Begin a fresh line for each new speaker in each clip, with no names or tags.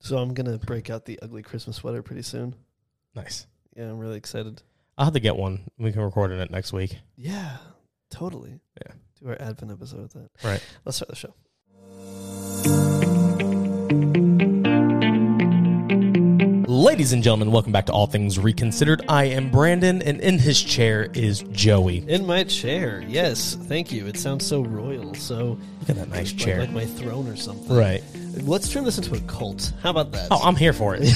So I'm gonna break out the ugly Christmas sweater pretty soon.
Nice.
Yeah, I'm really excited.
I'll have to get one. We can record in it next week.
Yeah, totally.
Yeah.
Do our Advent episode with that.
Right.
Let's start the show.
Ladies and gentlemen, welcome back to All Things Reconsidered. I am Brandon, and in his chair is Joey.
In my chair. Yes. Thank you. It sounds so royal. So
Look at that nice
like-
chair.
Like my throne or something.
Right.
Let's turn this into a cult. How about that?
Oh, I'm here for it.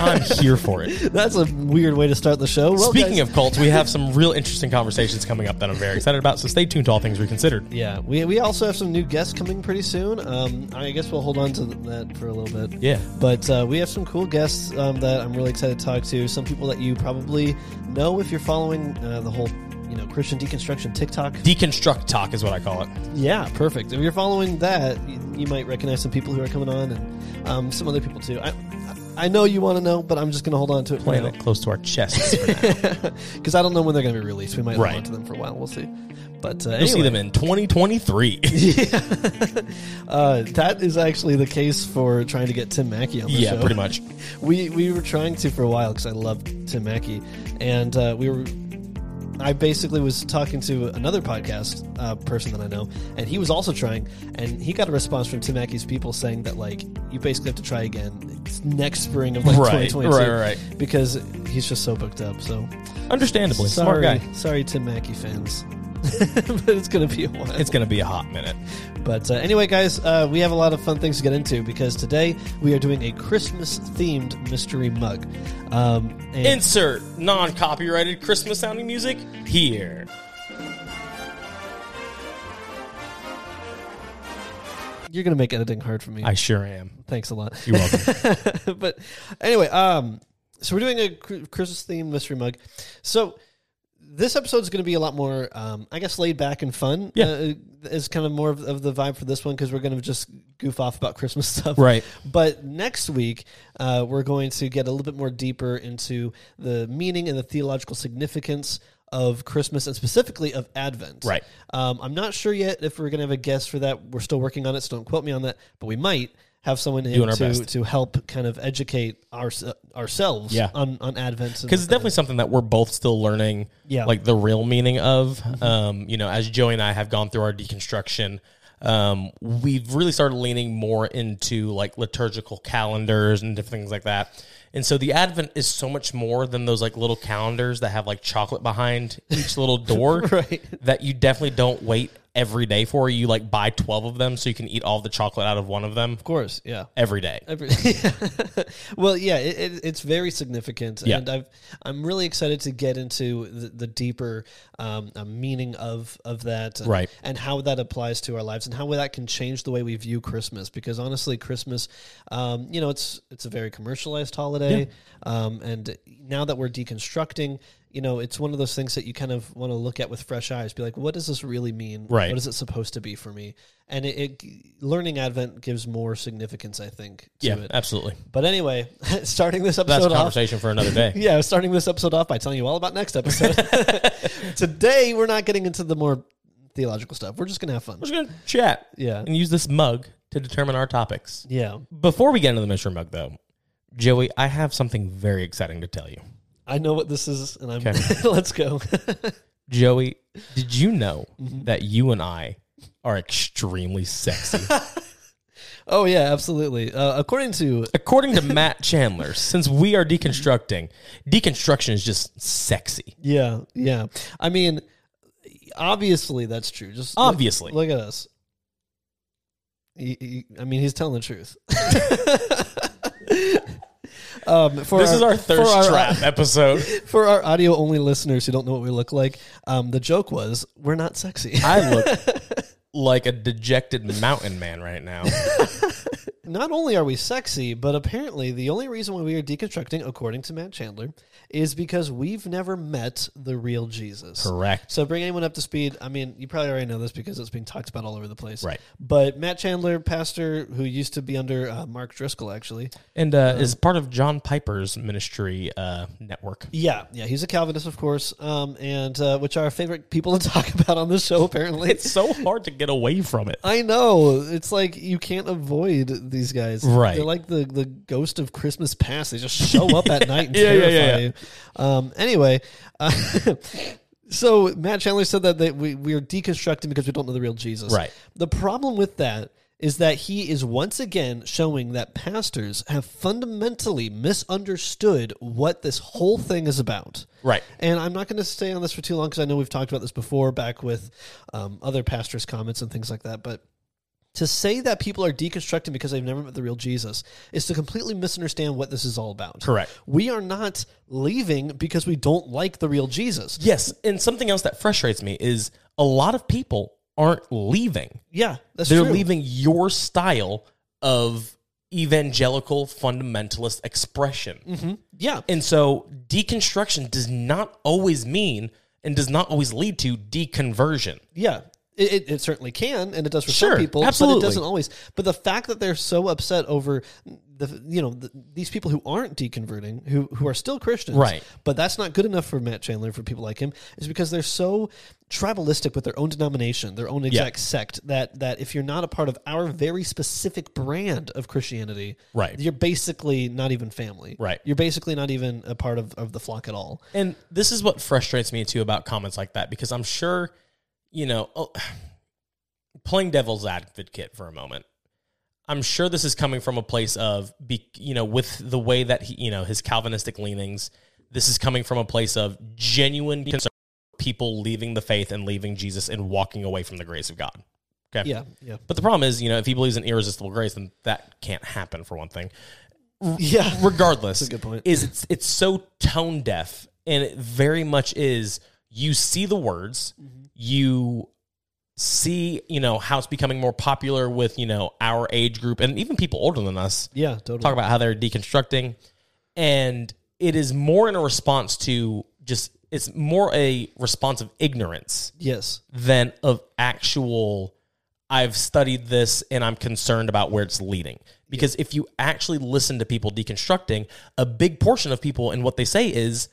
I'm here for it.
That's a weird way to start the show. Well,
Speaking
guys-
of cults, we have some real interesting conversations coming up that I'm very excited about, so stay tuned to All Things Reconsidered.
Yeah, we, we also have some new guests coming pretty soon. Um, I guess we'll hold on to th- that for a little bit.
Yeah.
But uh, we have some cool guests um, that I'm really excited to talk to. Some people that you probably know if you're following uh, the whole, you know, Christian deconstruction TikTok.
Deconstruct Talk is what I call it.
yeah, perfect. If you're following that, you, you might recognize some people who are coming on and um, some other people too. I I know you want to know, but I'm just going to hold on to it
Playing it close to our chests. You'll
because I don't know when they're going to be released. We might hold
Right.
on to them for a while. We'll see. But uh, anyway.
see them in 2023.
Uh, that is actually the case for trying to get Tim Mackey on the show.
yeah, pretty much.
We we were trying to for a while because I loved Tim Mackey, and uh, we were. I basically was talking to another podcast uh, person that I know, and he was also trying, and he got a response from Tim Mackey's people saying that like you basically have to try again it's next spring of like
Right,
2022
right, right.
because he's just so booked up. So
Understandably, smart
sorry,
guy.
sorry, Tim Mackey fans, but it's gonna be a while.
It's going to be a hot minute.
But uh, anyway, guys, uh, we have a lot of fun things to get into because today we are doing a Christmas themed mystery mug. Um, and
Insert non copyrighted Christmas sounding music here.
you're going to make editing hard for me.
I sure am.
Thanks a lot.
You're welcome.
but anyway, um, so we're doing a cr- Christmas themed mystery mug. So this episode is going to be a lot more, um, I guess, laid back and fun.
Yeah.
uh, is kind of more of, of the vibe for this one because we're going to just goof off about Christmas stuff,
Right.
But next week, uh, we're going to get a little bit more deeper into the meaning and the theological significance. Of Christmas and specifically of Advent.
Right.
Um, I'm not sure yet if we're going to have a guest for that. We're still working on it, so don't quote me on that, but we might have someone in
Doing our
to,
best.
to help kind of educate our, ourselves
Yeah.
on, on Advent. and-
because it's definitely something that we're both still learning
Yeah.
like the real meaning of um, you know as joey and i have gone through our deconstruction um, we've really started leaning more into like liturgical calendars and different things like that and so the advent is so much more than those like little calendars that have like chocolate behind each little door
Right.
that you definitely don't wait every day for you like buy 12 of them so you can eat all the chocolate out of one of them
Of course, yeah.
every day
Every- well, yeah, it, it, it's very significant,
Yeah.
and I've, I'm really excited to get into the, the deeper um, uh, meaning of of that, and,
Right.
and how that applies to our lives, and how that can change the way we view Christmas. Because honestly, Christmas, um, you know, it's it's a very commercialized holiday, um, and now that we're deconstructing. You know, it's one of those things that you kind of want to look at with fresh eyes. Be like, what does this really mean?
Right.
What is it supposed to be for me? And it, it learning Advent gives more significance, I think, to
yeah
it.
absolutely
But anyway, starting this
that's
episode
a
off.
conversation for another day
Yeah, starting this episode off by telling you all about next episode. Today, we're not getting into the more theological stuff. We're just going to have fun.
We're just gonna chat,
Yeah.
and use this mug to determine our topics.
Yeah.
Before we get into the mystery mug, though, Joey, I have something very exciting to tell you.
I know what this is, and I'm. let's go.
Joey, did you know that you and I are extremely sexy?
oh, yeah, absolutely. Uh, according to.
According to Matt Chandler, since we are deconstructing, deconstruction is just sexy.
Yeah, yeah. I mean, obviously that's true. Just look-
Obviously.
Look, at us. He- he- I mean, he's telling the truth. um, for
This is our
for
thirst trap episode.
for our audio only listeners who don't know what we look like, um, the joke was we're not sexy.
I look like a dejected mountain man right now.
not only are we sexy, but apparently the only reason why we are deconstructing, according to Matt Chandler, is because we've never met the real Jesus.
Correct.
So bring anyone up to speed. I mean, you probably already know this because it's being talked about all over the place.
Right.
But Matt Chandler, pastor who used to be under uh, Mark Driscoll, actually.
And uh, is part of John Piper's ministry uh, network.
Yeah, yeah, he's a Calvinist, of course, um, and uh, which are our favorite people to talk about on this show. Apparently, Uh,
It's so hard to get away from it.
I know. It's like you can't avoid these guys.
Right.
They're like the, the ghost of Christmas past. They just show up at night and
Yeah, yeah,
terrify
yeah, yeah.
you. Um, anyway, uh, so Matt Chandler said that they, we, we are deconstructing because we don't know the real Jesus.
Right.
The problem with that is that he is once again showing that pastors have fundamentally misunderstood what this whole thing is about.
Right.
And I'm not going to stay on this for too long because I know we've talked about this before back with um, other pastors' comments and things like that. But to say that people are deconstructing because they've never met the real Jesus is to completely misunderstand what this is all about.
Correct.
We are not leaving because we don't like the real Jesus.
Yes, and something else that frustrates me is a lot of people aren't leaving.
Yeah, that's
They're
true.
leaving your style of evangelical fundamentalist expression.
Yeah.
And so deconstruction does not always mean and does not always lead to deconversion.
Yeah. It, it, it certainly can, and it does for
Sure,
some people,
absolutely.
but it doesn't always. But the fact that they're so upset over the you know the, these people who aren't deconverting, who who are still Christians,
Right.
But that's not good enough for Matt Chandler for people like him, is because they're so tribalistic with their own denomination, their own exact sect. That that if you're not a part of our very specific brand of Christianity,
Right.
you're basically not even family,
Right.
You're basically not even a part of of the flock at all.
And this is what frustrates me too about comments like that because I'm sure, you know, oh, playing devil's advocate for a moment. I'm sure this is coming from a place of, be, you know, with the way that he, you know, his Calvinistic leanings, this is coming from a place of genuine concern for people leaving the faith and leaving Jesus and walking away from the grace of God. Okay.
Yeah, yeah,
But the problem is, you know, if he believes in irresistible grace, then that can't happen for one thing
yeah.
regardless
good point.
is it's it's so tone deaf and it very much is you see the words you see you know how it's becoming more popular with you know our age group and even people older than us
Yeah, totally.
talk about how they're deconstructing and it is more in a response to just it's more a response of ignorance
yes.
than of actual I've studied this and I'm concerned about where it's leading. Because if you actually listen to people deconstructing, a big portion of people and what they say is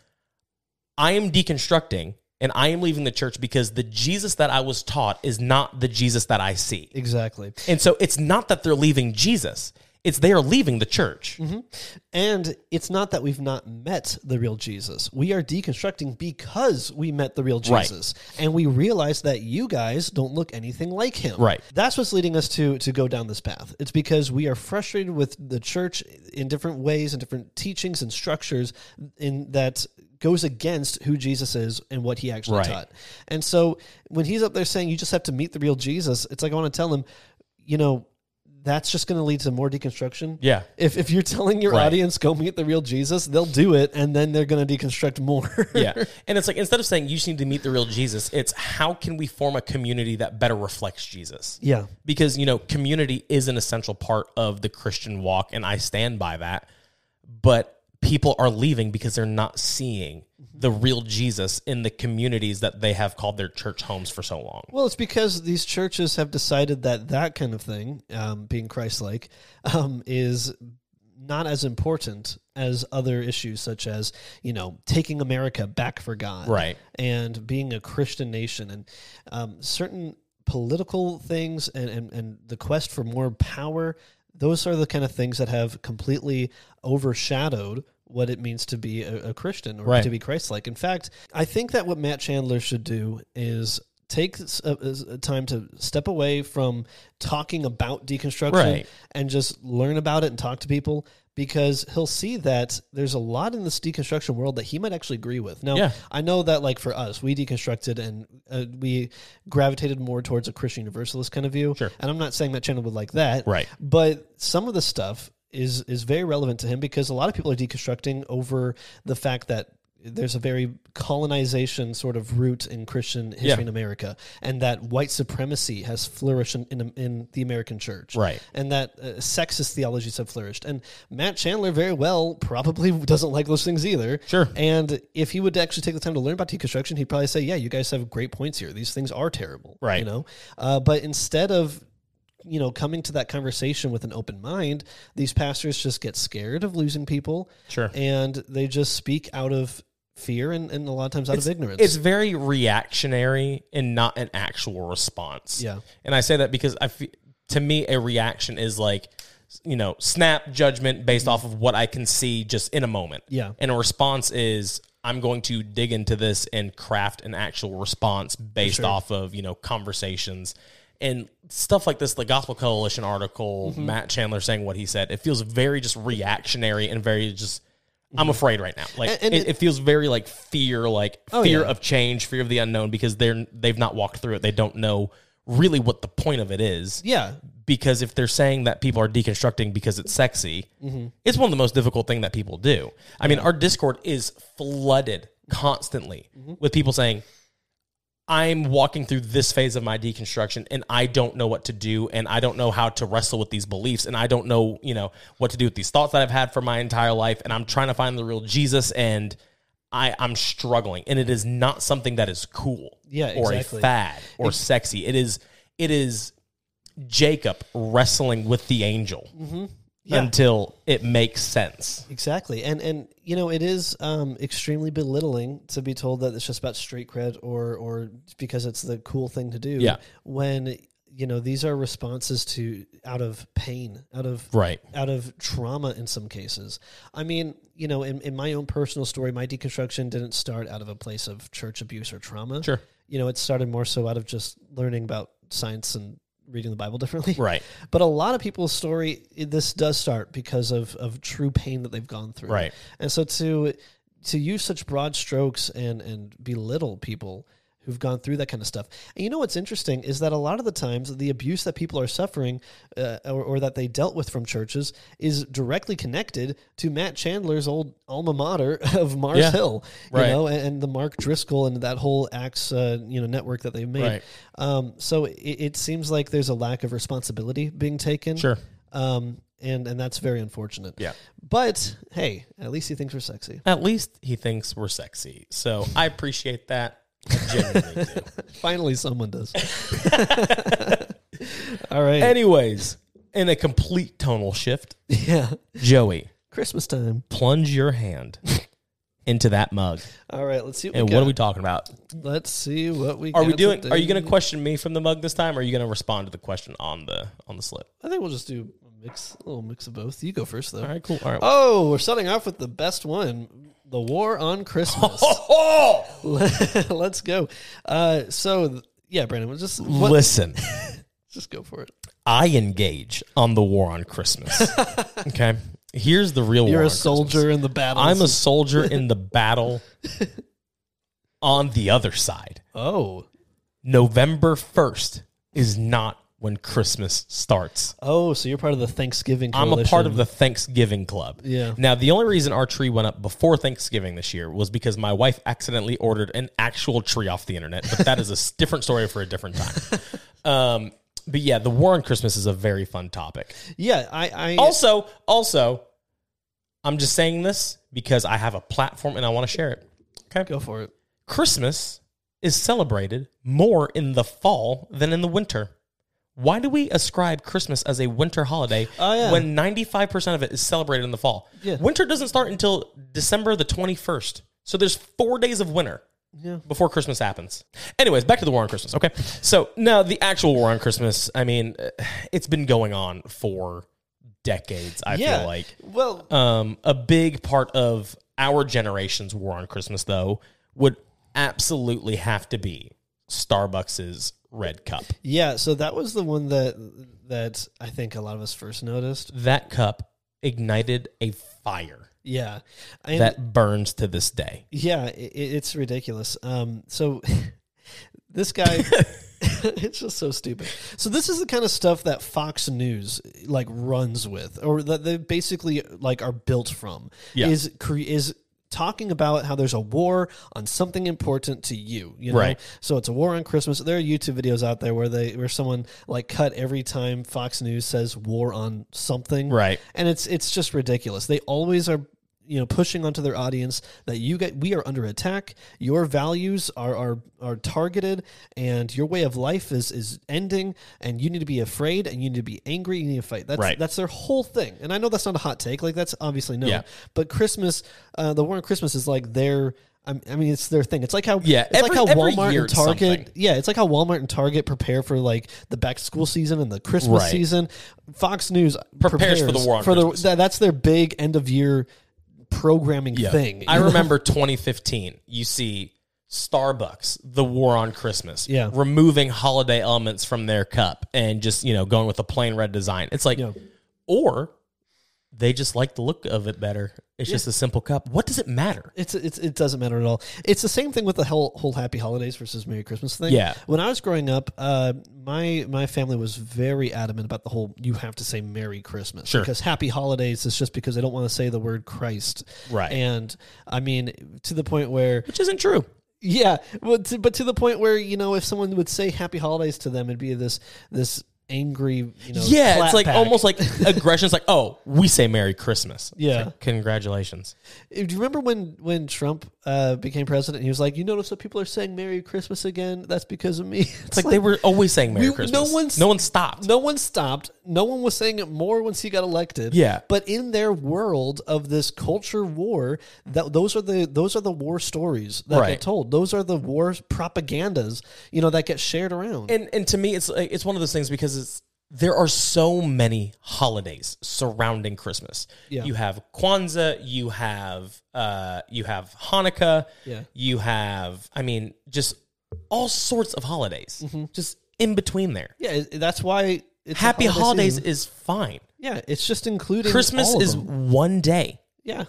I am deconstructing and I am leaving the church because the Jesus that I was taught is not the Jesus that I see.
Exactly.
And so it's not that they're leaving Jesus, it's they are leaving the church.
And it's not that we've not met the real Jesus. We are deconstructing because we met the real
Right.
Jesus. And we realize that you guys don't look anything like him.
Right.
That's what's leading us to to go down this path. It's because we are frustrated with the church in different ways and different teachings and structures in that goes against who Jesus is and what he actually
Right.
taught. And so when he's up there saying you just have to meet the real Jesus, it's like I want to tell him, you know, that's just going to lead to more deconstruction.
Yeah.
If, if you're telling your
Right.
audience go meet the real Jesus, they'll do it, and then they're going to deconstruct more.
yeah. And it's like instead of saying you just need to meet the real Jesus, it's how can we form a community that better reflects Jesus?
yeah,
because you know community is an essential part of the christian walk and i stand by that but people are leaving because they're not seeing the real jesus in the communities that they have called their church homes for so long
Well, it's because these churches have decided that that kind of thing, um, being Christ-like, um, is not as important as other issues such as you know taking America back for God,
Right.
and being a Christian nation, and um, certain political things, and, and and the quest for more power. Those are the kind of things that have completely overshadowed what it means to be a, a Christian or
Right.
to be Christ-like. In fact, I think that what Matt Chandler should do is take s- a, a- a time to step away from talking about deconstruction
Right.
and just learn about it and talk to people because he'll see that there's a lot in this deconstruction world that he might actually agree with. Now,
Yeah.
I know that like for us, we deconstructed and uh, we gravitated more towards a Christian universalist kind of view.
Sure.
And I'm not saying that channel would like that.
Right.
But some of the stuff is is very relevant to him because a lot of people are deconstructing over the fact that there's a very colonization sort of root in Christian history
Yeah.
in America, and that white supremacy has flourished in in, in the American church,
Right.
And that uh, sexist theologies have flourished. And Matt Chandler very well probably doesn't like those things either.
Sure.
And if he would actually take the time to learn about deconstruction, he'd probably say, "Yeah, you guys have great points here. These things are terrible,
Right.
You know." Uh, but instead of you know, coming to that conversation with an open mind, these pastors just get scared of losing people.
Sure.
And they just speak out of fear and, and a lot of times out of ignorance.
it's very reactionary and not an actual response
Yeah.
and i say that because i fe- to me a reaction is like you know, snap judgment based off of what I can see just in a moment.
Yeah.
And a response is I'm going to dig into this and craft an actual response based off of, you know, conversations and stuff like this, the Gospel Coalition article,
Mm-hmm.
Matt Chandler saying what he said, it feels very just reactionary and very just I'm afraid right now. Like
Mm-hmm. And- and
it,
it-
it feels very like fear, like fear
yeah.
of change, fear of the unknown, because they're they've not walked through it. They don't know really what the point of it is
Yeah.
because if they're saying that people are deconstructing because it's sexy,
Mm-hmm.
it's one of the most difficult thing that people do. I mean, our Discord is flooded constantly
Mm-hmm.
with people saying, "I'm walking through this phase of my deconstruction and I don't know what to do and I don't know how to wrestle with these beliefs and I don't know, you know, what to do with these thoughts that I've had for my entire life and I'm trying to find the real Jesus and I, I'm struggling and it is not something that is cool
Yeah,
or
exactly.
a fad or sexy. It is it is Jacob wrestling with the angel
Yeah.
until it makes sense.
Exactly, and and you know it is um, extremely belittling to be told that it's just about street cred or or because it's the cool thing to do.
Yeah.
when you know these are responses to out of pain, out of
Right.
out of trauma in some cases. I mean, you know, in, in my own personal story, my deconstruction didn't start out of a place of church abuse or trauma.
Sure.
you know, it started more so out of just learning about science and reading the Bible differently.
Right.
But a lot of people's story, i- this does start because of of true pain that they've gone through.
Right.
And so to to use such broad strokes and and belittle people who've gone through that kind of stuff. And you know what's interesting is that a lot of the times the abuse that people are suffering uh, or, or that they dealt with from churches is directly connected to Matt Chandler's old alma mater of Mars
Yeah.
Hill, you
Right.
know, and, and the Mark Driscoll and that whole Axe, uh, you know, network that they've made.
Right.
Um, so it, it seems like there's a lack of responsibility being taken.
Sure.
Um, and and that's very unfortunate.
Yeah.
But hey, at least he thinks we're sexy.
At least he thinks we're sexy. So I appreciate that. I genuinely do.
Finally, someone does. All right.
Anyways, in a complete tonal shift,
yeah.
Joey,
Christmas time.
plunge your hand into that mug.
All right. Let's see. What
And
we
what
got.
are we talking about?
Let's see what we.
Are we
got
doing
today.
are you gonna question me from the mug this time or are you gonna respond to the question on the on the slip?
I think we'll just do a mix, a little mix of both. You go first, though.
All right, cool. All right.
Oh, we're starting off with the best one: the war on Christmas.
Oh,
Let's go. Uh, so th- yeah, Brandon, we'll just what,
Listen.
just go for it.
I engage on the war on Christmas. okay. Here's the real war.
You're
on
a
Christmas.
soldier in the battle.
I'm a soldier in the battle on the other side.
oh
November 1st is not when Christmas starts.
oh. So you're part of the Thanksgiving.
I'm a part
coalition.
of the Thanksgiving club.
Yeah.
Now, the only reason our tree went up before Thanksgiving this year was because my wife accidentally ordered an actual tree off the internet, but that is a s- different story for a different time. Um, but yeah, the war on Christmas is a very fun topic.
yeah. I I
Also, also, I'm just saying this because I have a platform and I want to share it. Okay.
go for it.
Christmas is celebrated more in the fall than in the winter. Why do we ascribe Christmas as a winter holiday
Oh, yeah.
when 95% of it is celebrated in the fall?
Yeah.
Winter doesn't start until December the 21st. So there's four days of winter
Yeah.
before Christmas happens. Anyways, back to the war on Christmas. Okay. So now the actual war on Christmas, I mean, uh, it's been going on for decades, I
yeah.
feel like.
well.
Um, a big part of our generation's war on Christmas, though, would absolutely have to be Starbucks's red cup.
Yeah. So that was the one that that I think a lot of us first noticed.
That cup ignited a fire
Yeah. And
that burns to this day.
Yeah, i i- it's ridiculous. Um, so this guy, it's just so stupid. So this is the kind of stuff that Fox News like runs with, or that they basically like are built from.
Yeah.
Is cre- is talking about how there's a war on something important to you, you know?
Right.
So it's a war on Christmas. There are YouTube videos out there where they where someone like cut every time Fox News says war on something
Right.
and it's it's just ridiculous. They always are you know pushing onto their audience that you get we are under attack your values are are are targeted and your way of life is is ending and you need to be afraid and you need to be angry you need to fight that's
Right.
that's their whole thing and i know that's not a hot take like that's obviously no
Yeah.
but christmas uh, the war on christmas is like their I'm- I mean, it's their thing. It's like how
Yeah,
it's like
every-
how
every
Walmart
year
and
it's
Target.
something.
Yeah, it's like how Walmart and Target prepare for like the back to school season and the Christmas
Right.
season. Fox News
Prepares for the war on
for the-
Christmas.
that- that's their big end of year programming thing.
I
you know?
remember 2015. You see Starbucks, the war on Christmas,
Yeah.
removing holiday elements from their cup and just you know going with a plain red design. It's like,
Yeah.
or they just like the look of it better. It's just a simple cup. What does it matter?
It's, it's it doesn't matter at all. It's the same thing with the whole, whole Happy Holidays versus Merry Christmas thing.
Yeah.
When I was growing up, uh, my my family was very adamant about the whole you have to say Merry Christmas
Sure.
because Happy Holidays is just because they don't want to say the word Christ.
Right.
And I mean to the point where
Which isn't true.
yeah, but to, but to the point where you know if someone would say Happy Holidays to them, it'd be this this angry you know
Yeah,
clap
it's like oh
back.
almost like aggression. It's like, oh, we say Merry Christmas. It's
Yeah.
like, congratulations.
Do you remember when when Trump uh, became president? He was like, "You notice that people are saying Merry Christmas again? That's because of me." It's,
It's like, they were always saying Merry
we- no
Christmas.
one's-
no one stopped.
no one stopped. No one was saying it more once he got elected.
Yeah.
but in their world of this culture war, that those are the those are the war stories that
Right.
get told. Those are the war propagandas, you know, that get shared around.
and and to me it's like it's one of those things because it's there are so many holidays surrounding Christmas.
Yeah.
You have Kwanzaa, you have uh you have Hanukkah,
Yeah.
you have I mean just all sorts of holidays. Just in between there.
yeah, it- that's why Mm-hmm. it's a
Happy
holiday
holidays
season.
is fine.
yeah, it's just including
Christmas
all of
is
them.
one day.
yeah.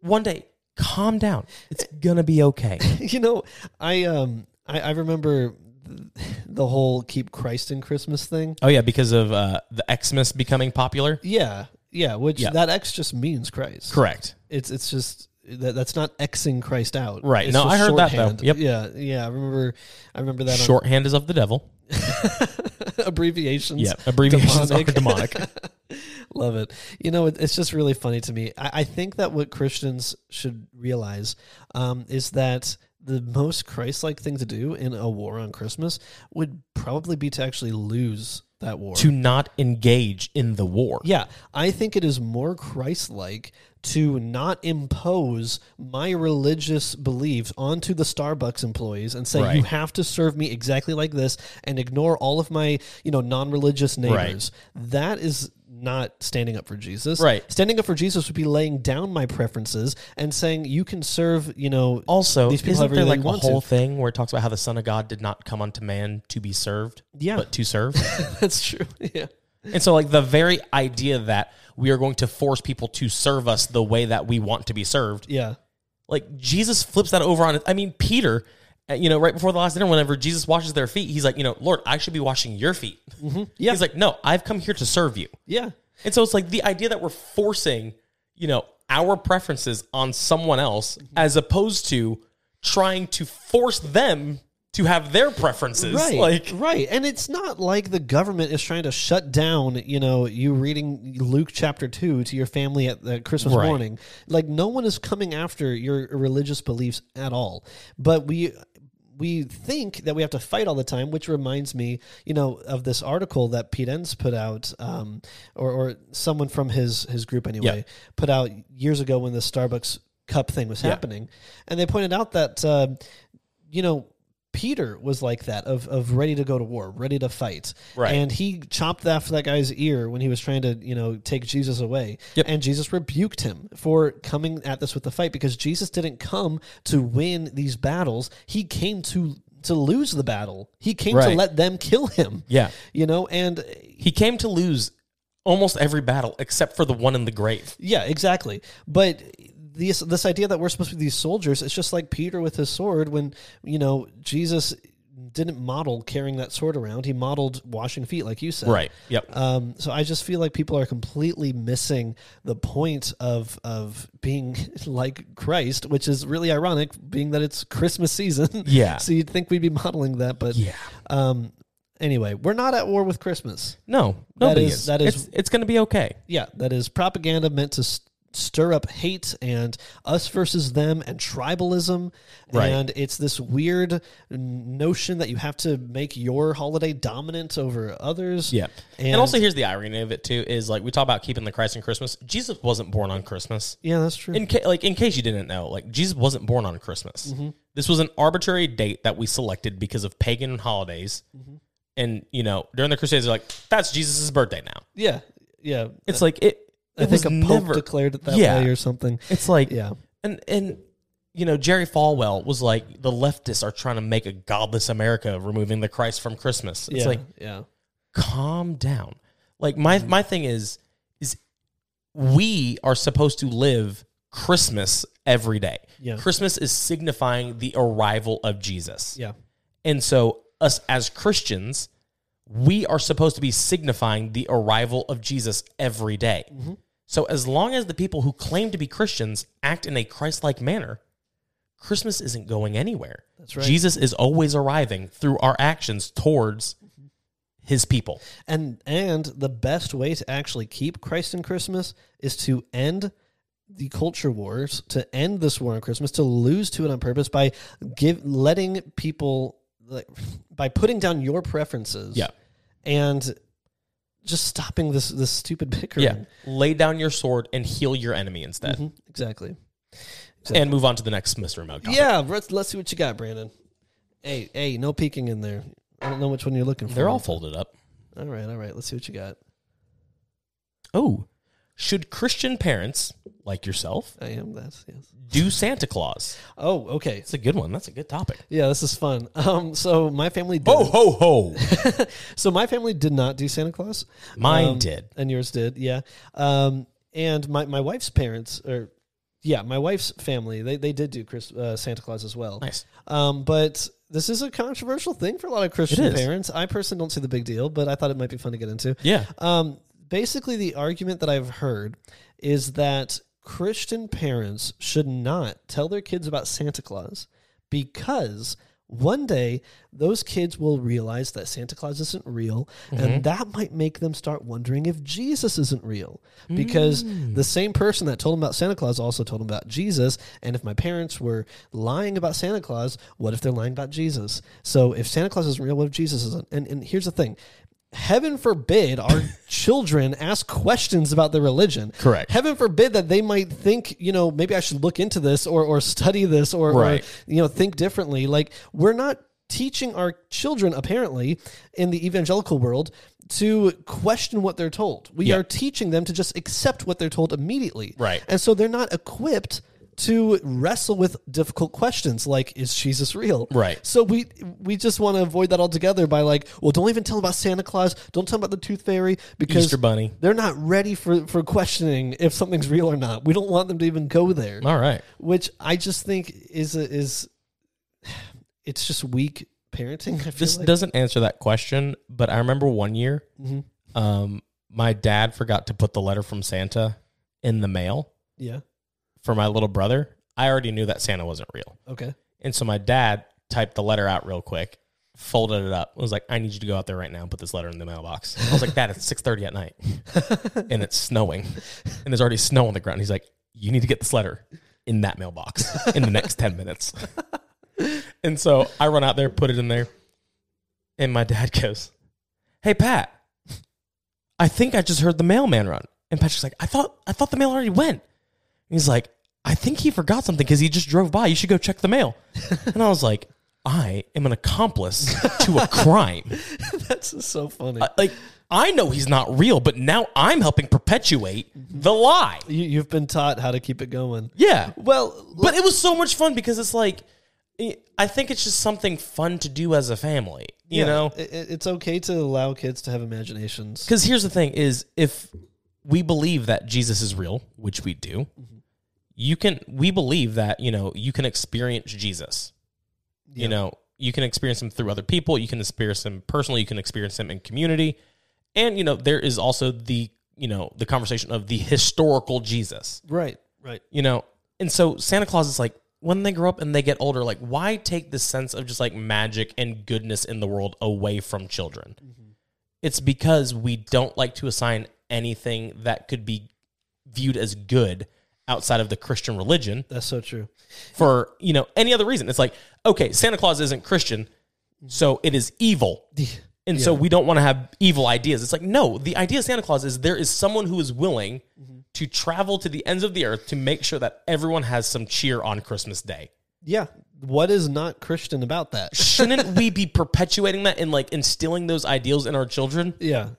One day. Calm down. It's gonna be okay.
you know, I um I, I remember th- the whole keep Christ in Christmas thing.
oh yeah, because of uh the Xmas becoming popular.
Yeah, yeah. Which
Yeah.
that X just means Christ.
Correct.
It's it's just that that's not Xing Christ out.
Right.
It's
No,
just
I heard that, though.
shorthand.
Yep.
Yeah, yeah. I remember. I remember that.
Shorthand is of the devil.
On abbreviations.
Yeah. Abbreviations are demonic.
Love it. You know, it, it's just really funny to me. I, I think that what Christians should realize um, is that the most Christ-like thing to do in a war on Christmas would probably be to actually lose that war.
to not engage in the war.
yeah, I think it is more Christ-like to not impose my religious beliefs onto the Starbucks employees and say
Right.
you have to serve me exactly like this and ignore all of my, you know, non-religious neighbors. That is not standing up for Jesus.
Right.
Standing up for Jesus would be laying down my preferences and saying you can serve, you know,
Also,
These people
isn't
have
there
everything they
like a
want to.
whole thing where it talks about how the Son of God did not come unto man to be served,
Yeah.
but to serve?
that's true. Yeah.
and so, like the very idea that we are going to force people to serve us the way that we want to be served,
Yeah.
like Jesus flips that over on. I mean, Peter, uh, you know, right before the last dinner, whenever Jesus washes their feet, he's like, you know, Lord, I should be washing your feet.
Yeah.
He's like, no, I've come here to serve you.
Yeah.
And so it's like the idea that we're forcing, you know, our preferences on someone else as opposed to trying to force them to have their preferences.
Right,
Like
right, and it's not like the government is trying to shut down. You know, you reading Luke chapter two to your family at the Christmas
Right.
morning. Like no one is coming after your religious beliefs at all. But we we think that we have to fight all the time, which reminds me, you know, of this article that Pete Enns put out, um, or or someone from his his group anyway
Yeah.
put out years ago when the Starbucks cup thing was happening, and they pointed out that. Uh, you know, Peter was like that of of ready to go to war, ready to fight.
Right.
And he chopped off that guy's ear when he was trying to, you know, take Jesus away.
Yep.
And Jesus rebuked him for coming at this with the fight because Jesus didn't come to win these battles. He came to to lose the battle. He came to
Right.
let them kill him.
Yeah.
You know, and
he came to lose almost every battle except for the one in the grave.
Yeah, exactly. But this this idea that we're supposed to be these soldiers, it's just like Peter with his sword when, you know, Jesus didn't model carrying that sword around. He modeled washing feet, like you said.
Yep.
Um, so I just feel like people are completely missing the point of of being like Christ, which is really ironic, being that it's Christmas season.
Yeah.
so you'd think we'd be modeling that, but
yeah.
um, anyway, we're not at war with Christmas.
No, nobody
is-
is.
that is-
it's, it's going to be okay.
Yeah, that is propaganda meant to s- stir up hate and us versus them and tribalism
Right.
and it's this weird notion that you have to make your holiday dominant over others
Yeah. And, also, here's the irony of it too: is like we talk about keeping the Christ in Christmas. Jesus wasn't born on Christmas.
yeah that's true
In ca- like in case you didn't know, like Jesus wasn't born on Christmas. This was an arbitrary date that we selected because of pagan holidays. And you know, during the Crusades, they're like, "That's Jesus' birthday now."
yeah yeah
It's like it.
I
it
think
was
a pope
never-
declared it that
Yeah.
way or something.
It's like
Yeah.
and and you know Jerry Falwell was like the leftists are trying to make a godless America, removing the Christ from Christmas. It's
yeah,
like
yeah,
calm down. Like my
Mm-hmm.
my thing is is we are supposed to live Christmas every day.
Yeah.
Christmas is signifying the arrival of Jesus.
yeah,
And so, us as Christians, we are supposed to be signifying the arrival of Jesus every day.
Mm-hmm.
So, as long as the people who claim to be Christians act in a Christ like manner, Christmas isn't going anywhere.
That's right.
Jesus is always arriving through our actions towards
Mm-hmm.
his people.
and and the best way to actually keep Christ in Christmas is to end the culture wars, to end this war on Christmas, to lose to it on purpose by give letting people like, by putting down your preferences,
Yeah.
and just stopping this this stupid bickering.
Yeah. Lay down your sword and heal your enemy instead.
Mhm, exactly.
And move on to the next mystery mode. topic.
Yeah, let's let's see what you got, Brandon. Hey, hey, no peeking in there. I don't know which one you're looking for.
They're all folded up.
All right, all right. Let's see what you got.
Oh, should Christian parents like yourself
I am that. Yes.
do Santa Claus?
Oh, okay.
It's a good one. That's a good topic.
Yeah, this is fun. Um, so my family. Did,
Ho ho ho!
So my family did not do Santa Claus.
Mine
Um,
did.
and yours did. Yeah. Um, and my my wife's parents or. Yeah, my wife's family they, they did do Chris, uh, Santa Claus as well.
Nice.
um, but this is a controversial thing for a lot of Christian
It is.
parents. I personally don't see the big deal, but I thought it might be fun to get into.
Yeah.
Um, basically, the argument that I've heard is that Christian parents should not tell their kids about Santa Claus because one day those kids will realize that Santa Claus isn't real, and that might make them start wondering if Jesus isn't real. Because the same person that told them about Santa Claus also told them about Jesus, and if my parents were lying about Santa Claus, what if they're lying about Jesus? So if Santa Claus isn't real, what if Jesus isn't? And, and here's the thing heaven forbid our children ask questions about their religion.
Correct.
Heaven forbid that they might think, you know, maybe I should look into this or or study this or, or,
Right.
you know, think differently. Like we're not teaching our children apparently in the evangelical world to question what they're told. We
Yeah.
are teaching them to just accept what they're told immediately.
Right.
And so they're not equipped to wrestle with difficult questions like is Jesus real?
Right.
So we we just want to avoid that altogether by like, well, don't even tell them about Santa Claus, don't tell them about the Tooth Fairy because
Easter Bunny.
they're not ready for for questioning if something's real or not. We don't want them to even go there,
All right.
which I just think is a, is it's just weak parenting. I feel
This
like.
doesn't answer that question, but I remember one year, um, my dad forgot to put the letter from Santa in the mail
yeah.
for my little brother. I already knew that Santa wasn't real,
Okay.
and so my dad typed the letter out real quick, folded it up, was like, "I need you to go out there right now and put this letter in the mailbox." I was like, "Dad, it's six thirty at night, and it's snowing, and there's already snow on the ground." He's like, "You need to get this letter in that mailbox in the next ten minutes." And so I run out there, put it in there, and my dad goes, "Hey Pat, I think I just heard the mailman run." And Patrick's like, "I thought I thought the mail already went." And he's like, "I think he forgot something because he just drove by. You should go check the mail." and I was like, "I am an accomplice to a crime.
That's just so funny.
like I know he's not real, but now I'm helping perpetuate the lie."
you, you've been taught how to keep it going.
Yeah.
Well,
But it was so much fun because it's like it- I think it's just something fun to do as a family, you
yeah,
know?
it, it- it's okay to allow kids to have imaginations.
Because here's the thing: is if we believe that Jesus is real, which we do, you can. We believe that you know you can experience Jesus.
Yeah.
You know you can experience him through other people. You can experience him personally. You can experience him in community, and you know there is also the you know the conversation of the historical Jesus.
Right. Right.
You know, and so Santa Claus is like when they grow up and they get older, like why take the sense of just like magic and goodness in the world away from children? it's because we don't like to assign anything that could be viewed as good outside of the Christian religion
That's so true.
for you know any other reason. It's like okay, Santa Claus isn't Christian, so it is evil. And so we don't want to have evil ideas. It's like, no, the idea of Santa Claus is there is someone who is willing to travel to the ends of the earth to make sure that everyone has some cheer on Christmas Day.
Yeah. What is not Christian about that?
Shouldn't we be perpetuating that and like instilling those ideals in our children?
Yeah.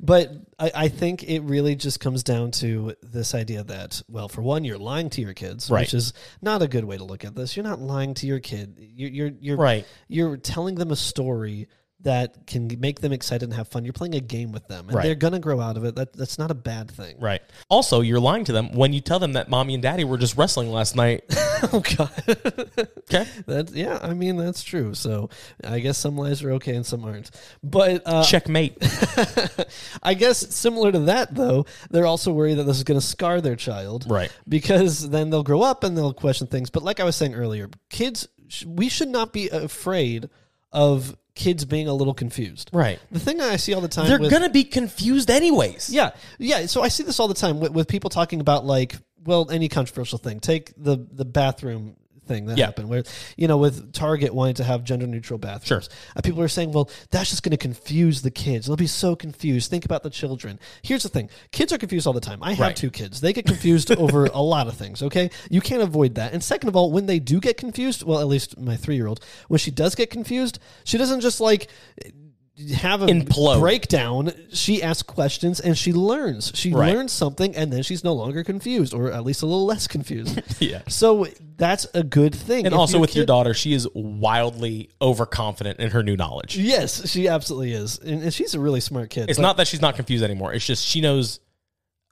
But I, I think it really just comes down to this idea that, well, for one, you're lying to your kids,
Right.
which is not a good way to look at this. You're not lying to your kid. You're you're you're,
Right.
you're telling them a story that can make them excited and have fun. You're playing a game with them, and
Right.
they're gonna grow out of it. That that's not a bad thing.
Right. Also, you're lying to them when you tell them that mommy and daddy were just wrestling last night.
Oh God.
Okay.
That yeah, I mean that's true. So I guess some lies are okay and some aren't. But uh,
Checkmate.
I guess similar to that though, they're also worried that this is going to scar their child,
Right.
Because then they'll grow up and they'll question things. But like I was saying earlier, kids, sh- we should not be afraid of kids being a little confused.
Right.
The thing I see all the time
They're
with
going to be confused anyways.
yeah, yeah. So I see this all the time with, with people talking about like, well, any controversial thing. Take the the bathroom thing that
Yeah.
happened, where you know, with Target wanting to have gender neutral bathrooms. Uh, people are saying, well, that's just going to confuse the kids. They'll be so confused. Think about the children. Here's the thing: kids are confused all the time. I have
Right.
two kids. They get confused over a lot of things. Okay, you can't avoid that. And second of all, when they do get confused, well, at least my three year old, when she does get confused, she doesn't just like have a
Implode.
breakdown. She asks questions and she learns. She
Right.
learns something and then she's no longer confused, or at least a little less confused.
Yeah.
So that's a good thing.
And
If
also with your
kid-
daughter, she is wildly overconfident in her new knowledge.
Yes, she absolutely is, and, and she's a really smart kid.
It's
but-
not that she's not confused anymore. It's just she knows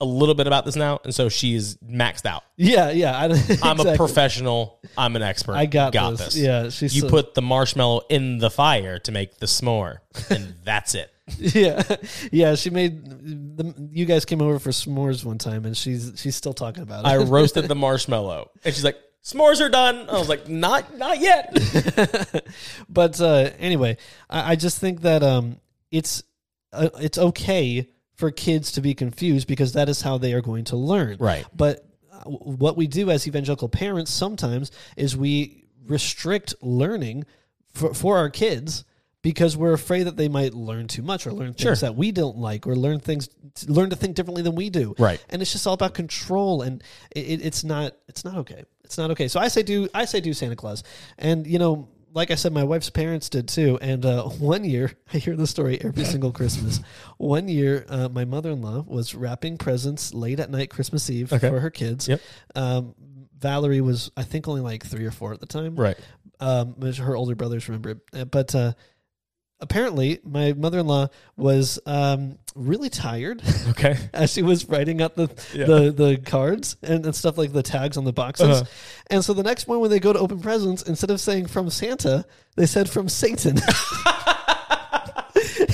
a little bit about this now, and so she's maxed out.
Yeah, yeah. I, don't-
I'm a
exactly.
professional. I'm an expert.
I got, this. Yeah, she's
You
so-
put the marshmallow in the fire to make the s'more, and that's it.
yeah, yeah. She made the, you guys came over for s'mores one time, and she's she's still talking about it.
I roasted the marshmallow, and she's like, "S'mores are done." I was like, "Not, not yet."
but uh, anyway, I, I just think that um, it's uh, it's okay for kids to be confused because that is how they are going to learn.
Right.
But uh, w- what we do as evangelical parents sometimes is we restrict learning for, for our kids because we're afraid that they might learn too much or learn things
Sure.
that we don't like or learn things learn to think differently than we do
Right.
and it's just all about control and it, it, it's not it's not okay it's not okay so i say do i say do santa claus and you know like i said my wife's parents did too and uh, one year i hear the story every single christmas one year uh, my mother-in-law was wrapping presents late at night christmas eve
Okay.
for her kids
Yep.
um, valerie was i think only like three or four at the time
Right.
um, which her older brothers remember it. Uh, But uh, apparently, my mother in law was um, really tired
Okay.
as she was writing out the
Yeah.
the, the cards and, and stuff like the tags on the boxes.
Uh-huh.
And so the next morning, when they go to open presents, instead of saying from Santa, they said from Satan.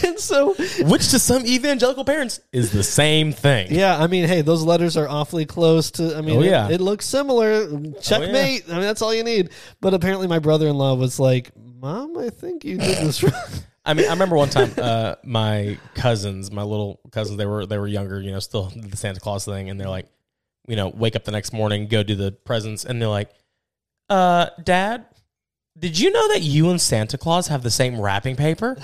and so
Which to some evangelical parents is the same thing.
yeah, I mean, hey, those letters are awfully close to. I mean,
Oh,
it-
yeah. Oh,
it, looks similar. Checkmate. I mean, that's all you need. But apparently, my brother-in-law was like, "Mom, I think you did this wrong."
I mean, I remember one time uh, my cousins, my little cousins, they were they were younger, you know, still did the Santa Claus thing, and they're like, you know, wake up the next morning, go do the presents, and they're like, uh, Dad, did you know that you and Santa Claus have the same wrapping paper?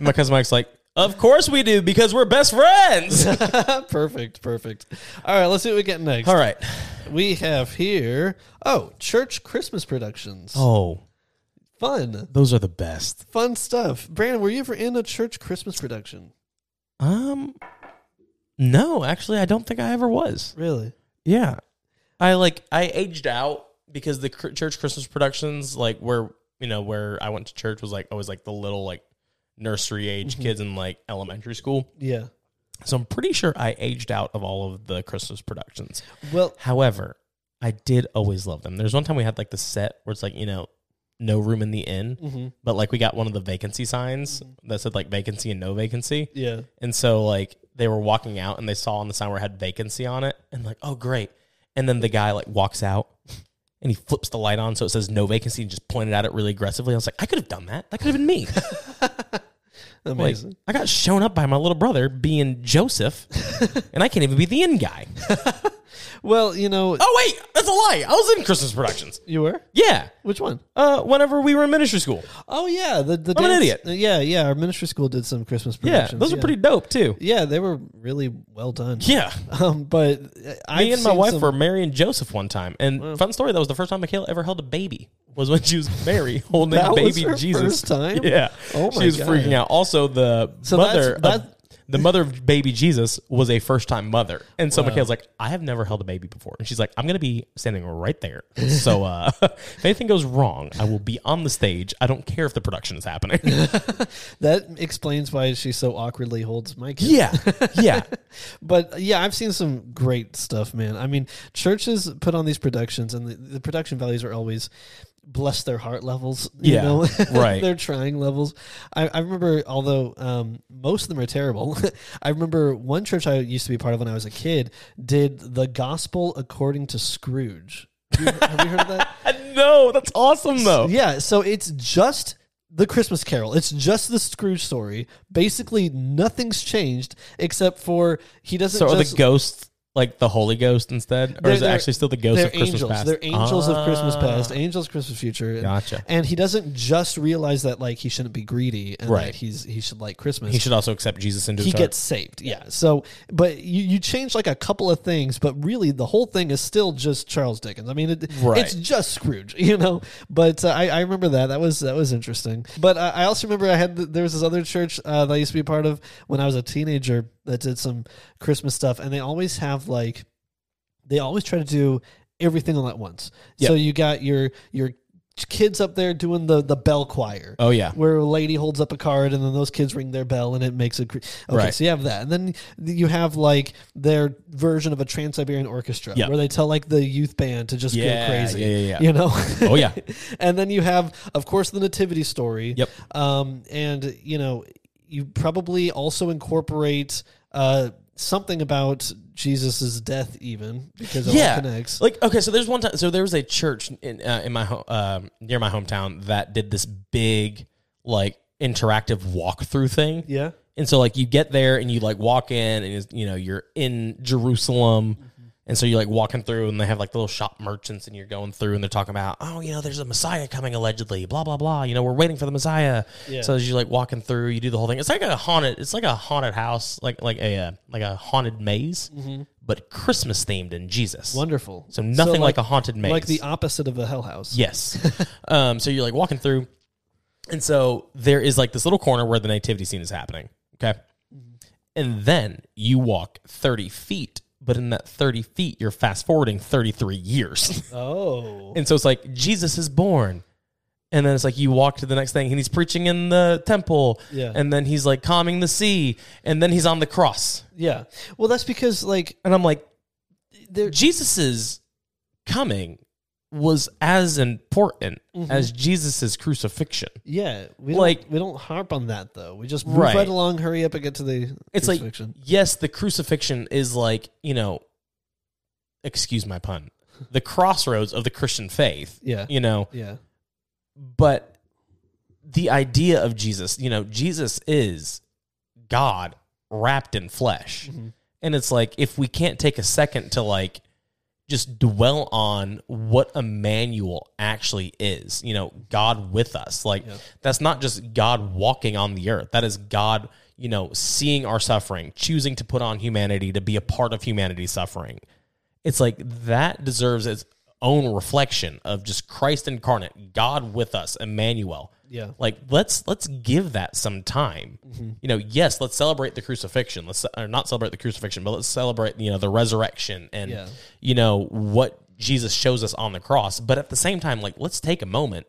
my cousin Mike's like, Of course we do, because we're best friends.
perfect, perfect. All right, let's see what we get next.
All right.
We have here. Oh, church Christmas productions.
Oh,
Fun,
those are the best.
fun stuff. Brandon, were you ever in a church Christmas production?
Um, no, actually, I don't think I ever was.
Really?
Yeah. I like I aged out because the cr- church Christmas productions like where you know where I went to church was like I was like the little like nursery age kids in like elementary school.
Yeah.
So I'm pretty sure I aged out of all of the Christmas productions.
Well,
However, I did always love them. There's one time we had like the set where it's like, you know, no room in the inn,
mhm,
but like we got one of the vacancy signs that said like vacancy and no vacancy.
yeah.
And so like they were walking out and they saw on the sign where it had vacancy on it and like, oh great. And then the guy like walks out and he flips the light on so it says no vacancy and just pointed at it really aggressively. I was like, I could have done that. That could have been me. Like,
Amazing.
I got shown up by my little brother being Joseph, and I can't even be the end guy.
well, you know,
Oh wait, that's a lie. I was in Christmas productions.
you were?
Yeah,
Which one?
uh, whenever we were in ministry school.
Oh yeah, the the
I'm an
dance-
idiot.
Yeah, yeah. Our ministry school did some Christmas
Yeah,
productions.
those are pretty dope too.
Yeah, they were really well done.
Yeah,
Um, but I
me and my wife were marrying Joseph one time, and fun story that was the first time Michaela ever held a baby was when she was Mary holding
That was
baby
her
Jesus.
first time?
Yeah,
Oh my
she was
God.
freaking out. Also, the
So
mother
that's- that's-
of, the mother of baby Jesus was a first time mother, and so Michaela's like, I have never held a baby before, and she's like, I'm gonna be standing right there. So uh, if anything goes wrong, I will be on the stage. I don't care if the production is happening.
that explains why she so awkwardly holds my kid.
yeah, yeah.
But yeah, I've seen some great stuff, man. I mean, churches put on these productions, and the, the production values are always bless their heart levels. You
Yeah,
know?
right.
They're trying levels. I, I remember, although um, most of them are terrible, I remember one church I used to be part of when I was a kid did the gospel according to Scrooge. You- have you heard of that?
No, that's awesome though.
Yeah, so it's just the Christmas Carol. It's just the Scrooge story. Basically, nothing's changed except for he doesn't.
So are
just,
the ghosts like the Holy Ghost instead, or is it
They're-
actually still the ghost
they're
of Christmas
angels.
past?
They're angels of Christmas
Ah.
past, angels of Christmas future. And,
Gotcha.
And he doesn't just realize that like he shouldn't be greedy and
Right.
that he's he should like Christmas.
He should also accept Jesus into
he
his heart.
gets saved. Yeah. So, but you, you change like a couple of things, but really the whole thing is still just Charles Dickens. I mean, it,
Right.
it's just Scrooge, you know. But uh, I, I remember that that was that was interesting. But uh, I also remember I had th- there was this other church uh, that I used to be part of when I was a teenager that did some Christmas stuff, and they always have like they always try to do everything all at once.
Yeah.
So you got your your kids up there doing the the bell choir
oh yeah,
where a lady holds up a card and then those kids ring their bell and it makes a cre- okay
Right.
so you have that and then you have like their version of a trans-siberian orchestra
Yeah.
where they tell like the youth band to just
Yeah,
go crazy
yeah, yeah, yeah.
you know
oh yeah,
and then you have of course the nativity story
Yep.
um and you know you probably also incorporate uh something about jesus's death even because it all
yeah.
connects
Like okay, so there's one time. So there was a church in uh, in my ho- um, near my hometown that did this big like interactive walkthrough thing.
yeah
And so like you get there and you like walk in and it's- you know you're in
Mm-hmm.
Jerusalem. And so you're like walking through and they have like the little shop merchants and you're going through and they're talking about, oh, you know, there's a Messiah coming allegedly, blah, blah, blah. You know, we're waiting for the Messiah.
Yeah.
So as you're like walking through, you do the whole thing. It's like a haunted, it's like a haunted house, like like a uh, like a haunted maze,
Mm-hmm.
but Christmas themed in Jesus.
wonderful
So nothing like, a haunted maze.
like the opposite of a hell house
Yes. um, so you're like walking through, and so there is like this little corner where the nativity scene is happening. Okay. And then you walk 30 feet, but in that 30 feet, you're fast forwarding 33 years.
oh
and so it's like, Jesus is born. And then it's like you walk to the next thing, and he's preaching in the temple.
Yeah.
And then he's like calming the sea. And then he's on the cross.
Yeah. Well, that's because like
And I'm like,
there
Jesus's coming was as important as Jesus's crucifixion.
yeah, we
Like-
don't, we don't harp on that though. We just move
Right.
right, along, hurry up and get to the
It's like
crucifixion.
yes, the crucifixion is like, you know, excuse my pun, the crossroads of the Christian faith,
yeah.
you know,
Yeah.
but the idea of Jesus, you know, Jesus is God wrapped in flesh. And it's like if we can't take a second to like just dwell on what Emmanuel actually is, you know, God with us. Like
Yeah.
that's not just God walking on the earth. That is God, you know, seeing our suffering, choosing to put on humanity to be a part of humanity's suffering. It's like that deserves its own reflection of just Christ incarnate, God with us, Emmanuel
Yeah. Mm-hmm.
like let's let's give that some time you know yes let's celebrate the crucifixion let's or not celebrate the crucifixion but let's celebrate you know the resurrection and
Yeah.
you know what jesus shows us on the cross but at the same time like let's take a moment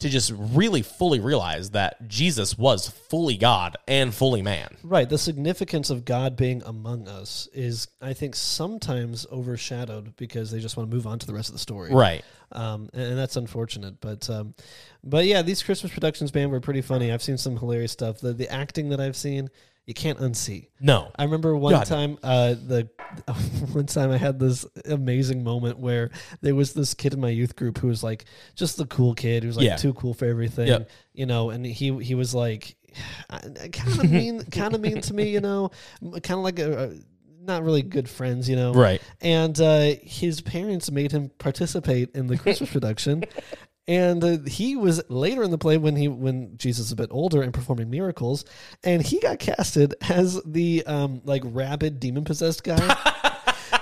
to just really fully realize that jesus was fully god and fully man
Right. The significance of God being among us is I think sometimes overshadowed because they just want to move on to the rest of the story.
right
Um, and, and that's unfortunate, but um, but yeah, these Christmas productions, man, were pretty funny. I've seen some hilarious stuff. The the acting that I've seen, you can't unsee.
no
I remember one
God.
time, uh, the one time I had this amazing moment where there was this kid in my youth group who was like just the cool kid who was like
Yeah.
too cool for everything,
Yep.
you know. And he he was like kind of mean, kind of mean to me, you know, kind of like a, a- not really good friends, you know,
Right.
And uh, his parents made him participate in the Christmas production. And uh, he was later in the play when he when Jesus is a bit older and performing miracles, and he got casted as the um, like rabid demon possessed guy.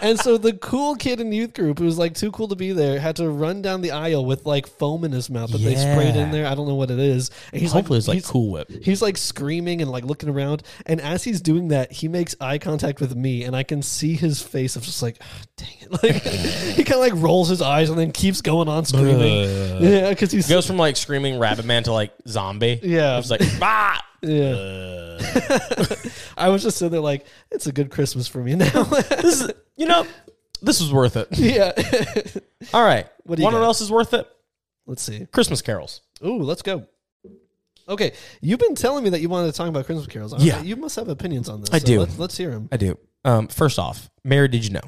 And so the cool kid in youth group who was like too cool to be there had to run down the aisle with like foam in his mouth that they sprayed in
Yeah.
there. I don't know what it is. And he's
Hopefully,
like,
it's like
he's-
Cool Whip.
He's like screaming and like looking around. And as he's doing that, he makes eye contact with me and I can see his face of just like, "Ah, dang it. Like he kind of like rolls his eyes and then keeps going on screaming.
Ugh.
yeah. Cause he's,
Goes from like screaming Rabbit Man to like zombie.
Yeah.
It's like, bah!
yeah.
Uh,
I was just sitting there like, it's a good Christmas for me now.
this is, you know, this was worth it.
yeah.
All right.
What
What
do
do
you
One
got?
else is worth it?
Let's see.
Christmas carols.
Ooh, let's go. Okay, you've been telling me that you wanted to talk about Christmas carols. I-
Yeah.
you must have opinions on this.
I do.
Let's, let's hear them.
I do. Um, first off, Mary, did you know?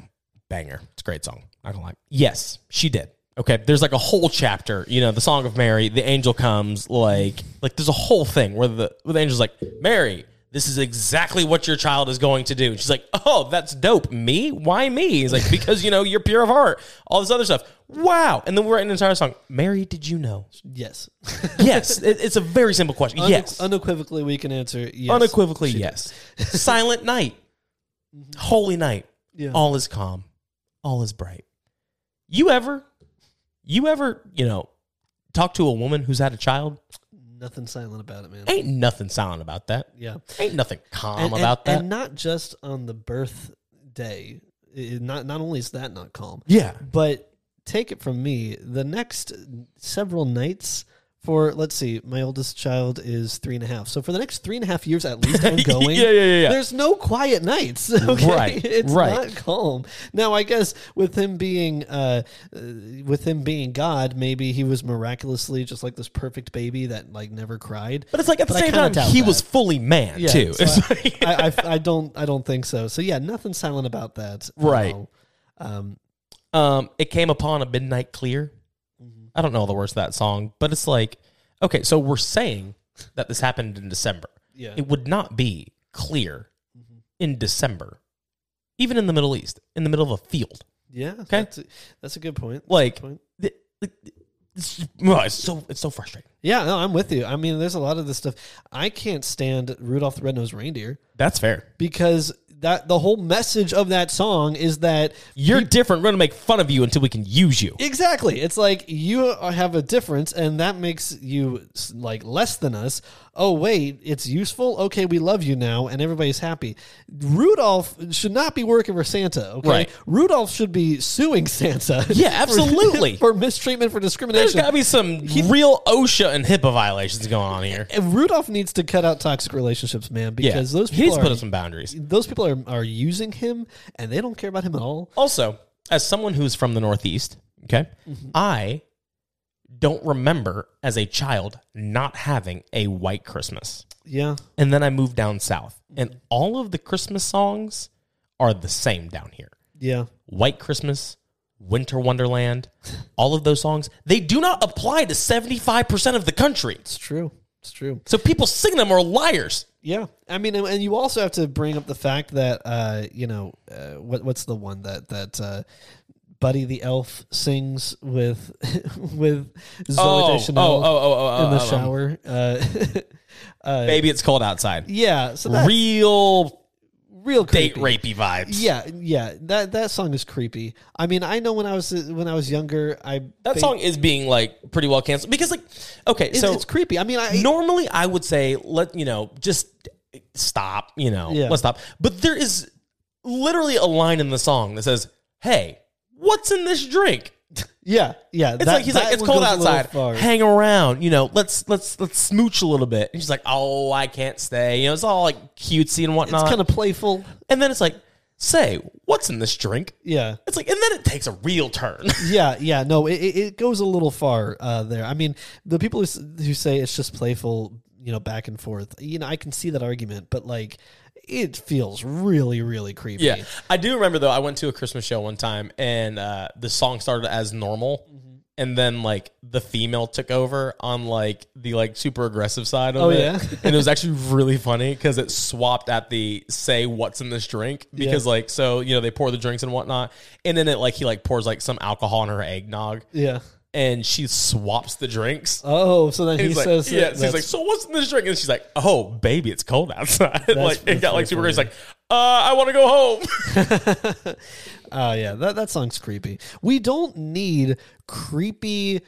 Banger. It's a great song. I don't like. Yes, she did. Okay, there's like a whole chapter. You know, the song of Mary. The angel comes. Like, like there's a whole thing where the where the angel's like, Mary, this is exactly what your child is going to do. And she's like, Oh, that's dope. Me? Why me? He's like, Because you know you're pure of heart. All this other stuff. Wow. And then we're writing an entire song. Mary, did you know?
Yes.
Yes. it- it's a very simple question. Yes.
Unequivocally, we can answer yes.
Unequivocally,
She did. Mm-hmm.
yes. Silent night, holy night.
Yeah.
All is calm, all is bright. You ever, you ever, you know, talk to a woman who's had a child?
Nothing silent about it, man.
Ain't nothing silent about that.
yeah.
Ain't nothing calm
and,
about
and-
that.
And not just on the birthday. It- Not not only is that not calm,
yeah.
but take it from me, the next several nights for let's see, my oldest child is three and a half. So for the next three and a half years at least, I'm going.
yeah, yeah, yeah, yeah.
There's no quiet nights. Okay?
Right,
It's
right.
not calm. Now, I guess with him being uh, uh, with him being God, maybe he was miraculously just like this perfect baby that like never cried.
But it's like at the
But I
same
kinda
time,
doubt
he
that.
was fully man
Yeah,
too.
so
It's
I-
like-
I, I, I don't I don't think so. So yeah, nothing silent about that. at
Right.
all. Um,
um, it came upon a midnight clear.
Mm-hmm.
I don't know the words of that song, but it's like, okay, so we're saying that this happened in December.
yeah. Mm-hmm.
it would not be clear in December, even in the Middle East, in the middle of a field.
yeah. That's a, that's a good point.
Like,
Point.
th- like, it's, oh, it's so it's so frustrating.
Yeah, no, I'm with you. I mean, there's a lot of this stuff. I can't stand Rudolph the Red-Nosed Reindeer
That's fair.
because that the whole message of that song is that
You're different. We're gonna make fun of you until we can use you.
exactly. It's like you have a difference and that makes you s- like less than us. Oh wait, it's useful. Okay, we love you now and everybody's happy. Rudolph should not be working for Santa, okay?
Right.
Rudolph should be suing Santa.
Yeah,
for-
absolutely.
for mistreatment for
There's
discrimination.
gotta be some real OSHA and HIPAA violations going on here.
And Rudolph needs to cut out toxic relationships, man,
Yeah,
because those
he
people
needs to
are
put up some boundaries.
those people are, are using him and they don't care about him at all.
Also, as someone who's from the Northeast, okay, I don't remember as a child not having a white Christmas.
Yeah.
And then I moved down south, and all of the Christmas songs are the same down here.
Yeah.
White Christmas, Winter Wonderland, all of those songs, they do not apply to 75% of the country.
It's true. It's true.
So people singing them are liars.
Yeah. I mean, and- and you also have to bring up the fact that, uh, you know, uh, what, what's the one that, that, uh, Buddy the Elf sings with with Zoe Deschanel
oh,
in the
oh, oh,
shower. Uh, uh,
Baby, it's cold outside.
yeah, so that's
Real
real creepy.
date rapey vibes.
Yeah, yeah. That that song is creepy. I mean, I know when I was when I was younger, I
That
ba-
song is being like pretty well canceled because, like, okay,
it's,
so
it's creepy. I mean, I
normally I would say let you know just stop, you know,
Yeah.
let's stop. But there is literally a line in the song that says, "Hey, what's in this drink?"
Yeah, yeah.
It's like he's like, "It's cold outside. Hang around, you know. Let's let's let's smooch a little bit." And she's like, "Oh, I can't stay." You know, it's all like cutesy and
It's
whatnot.
kind of playful.
and then it's like, "Say, what's in this drink?"
Yeah,
It's like, and then it takes a real turn.
yeah, yeah. No, it, it it goes a little far uh, there. I mean, the people who, s- who say it's just playful, you know, back and forth. You know, I can see that argument, but like, it feels really, really creepy.
Yeah, I do remember though. I went to a Christmas show one time, and uh, the song started as normal, and then like the female took over on like the like super aggressive side of
Oh,
it.
yeah?
and it was actually really funny because it swapped at the say what's in this drink because like so you know they pour the drinks and whatnot, and then it like he like pours like some alcohol in her eggnog,
Yeah.
and she swaps the drinks.
Oh, so then
And
he
he's like,
says,
yeah. So he's
that's-
like, so what's in this drink? And she's like, oh, baby, it's cold outside. like,
pretty
it got
funny.
like super crazy. Like, uh, I want to go home.
Oh yeah, that that song's creepy. We don't need creepy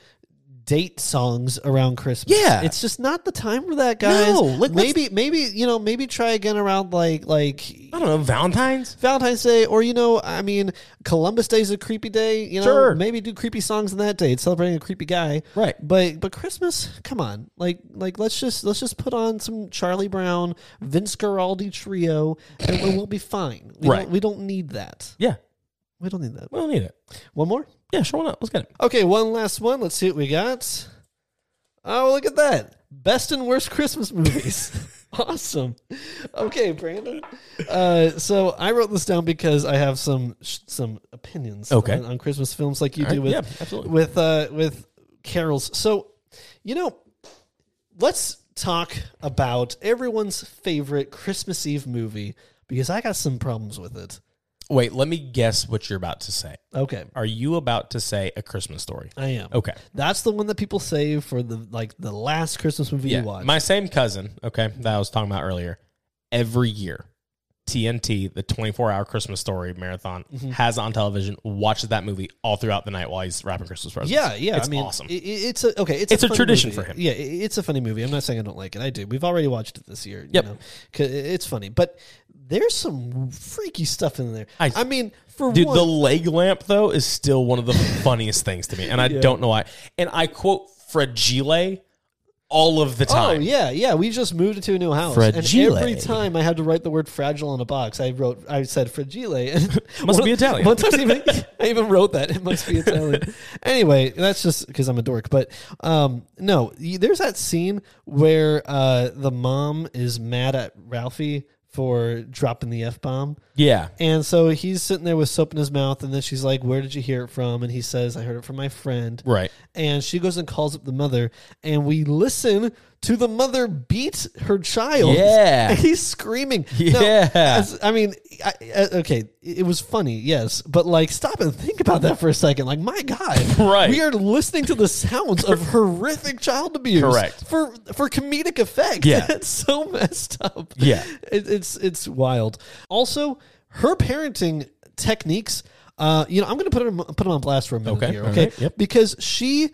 date songs around Christmas.
Yeah.
it's just not the time for that, guys.
No, like, let's-
maybe maybe you know maybe try again around like like
I don't know, Valentine's.
Valentine's Day or you know I mean Columbus Day is a creepy day. You know,
Sure.
maybe do creepy songs on that day. It's celebrating a creepy guy,
Right.
But but Christmas, come on, like like let's just let's just put on some Charlie Brown, Vince Guaraldi trio, and we'll be fine. We
Right.
don't, we don't need that.
Yeah,
We don't need that.
we don't need it.
One more.
Yeah, sure, why not? Let's get it.
Okay, one last one. Let's see what we got. Oh, look at that. Best and worst Christmas movies. awesome. Okay, Brandon. Uh, so I wrote this down because I have some sh- some opinions
Okay.
on, on Christmas films like you
All
do
right,
with
yeah, absolutely.
with uh, with carols. So, you know, let's talk about everyone's favorite Christmas Eve movie because I got some problems with it.
Wait, let me guess what you're about to say.
Okay.
Are you about to say a Christmas story?
I am.
Okay.
That's the one that people save for the like the last Christmas movie
Yeah.
you watch.
My same cousin, okay, that I was talking about earlier, every year, TNT, the 24 hour Christmas story marathon, has it on television, watches that movie all throughout the night while he's wrapping Christmas presents.
yeah, yeah.
It's
I mean,
awesome.
i- i- it's a okay. It's,
It's a
funny
tradition
movie.
for him.
Yeah, i- it's a funny movie. I'm not saying I don't like it. I do. We've already watched it this year.
Yep.
You know? 'Cause i- It's funny, but there's some freaky stuff in there. I,
I-
mean, for
Dude,
one,
the leg lamp though is still one of the funniest things to me, and I don't know why. And I quote fragile all of the
oh
time.
yeah, yeah. We just moved into a new house,
Fragile.
and every time I had to write the word fragile on a box, I wrote, I said fragile, and
Must be Italian.
One time I even, I even wrote that. It must be Italian. anyway, that's just because I'm a dork. But um, no, y- there's that scene where uh, the mom is mad at Ralphie for dropping the F bomb.
yeah,
And so he's sitting there with soap in his mouth, and then she's like, Where did you hear it from? And he says, I heard it from my friend.
right.
And she goes and calls up the mother, and we listen to the mother beat her child.
Yeah.
And he's screaming. Now,
Yeah.
as- I mean, I, I- okay, it was funny, yes, but like, stop and think about that for a second. Like, my God.
Right.
We are listening to the sounds of horrific child abuse.
Correct.
For, for comedic effect.
Yeah.
That's so messed up.
Yeah.
It, it's it's wild. Also, her parenting techniques. Uh, you know, I'm going to put him put him on blast for a minute
Okay,
here,
all
okay?
right, yep.
Because she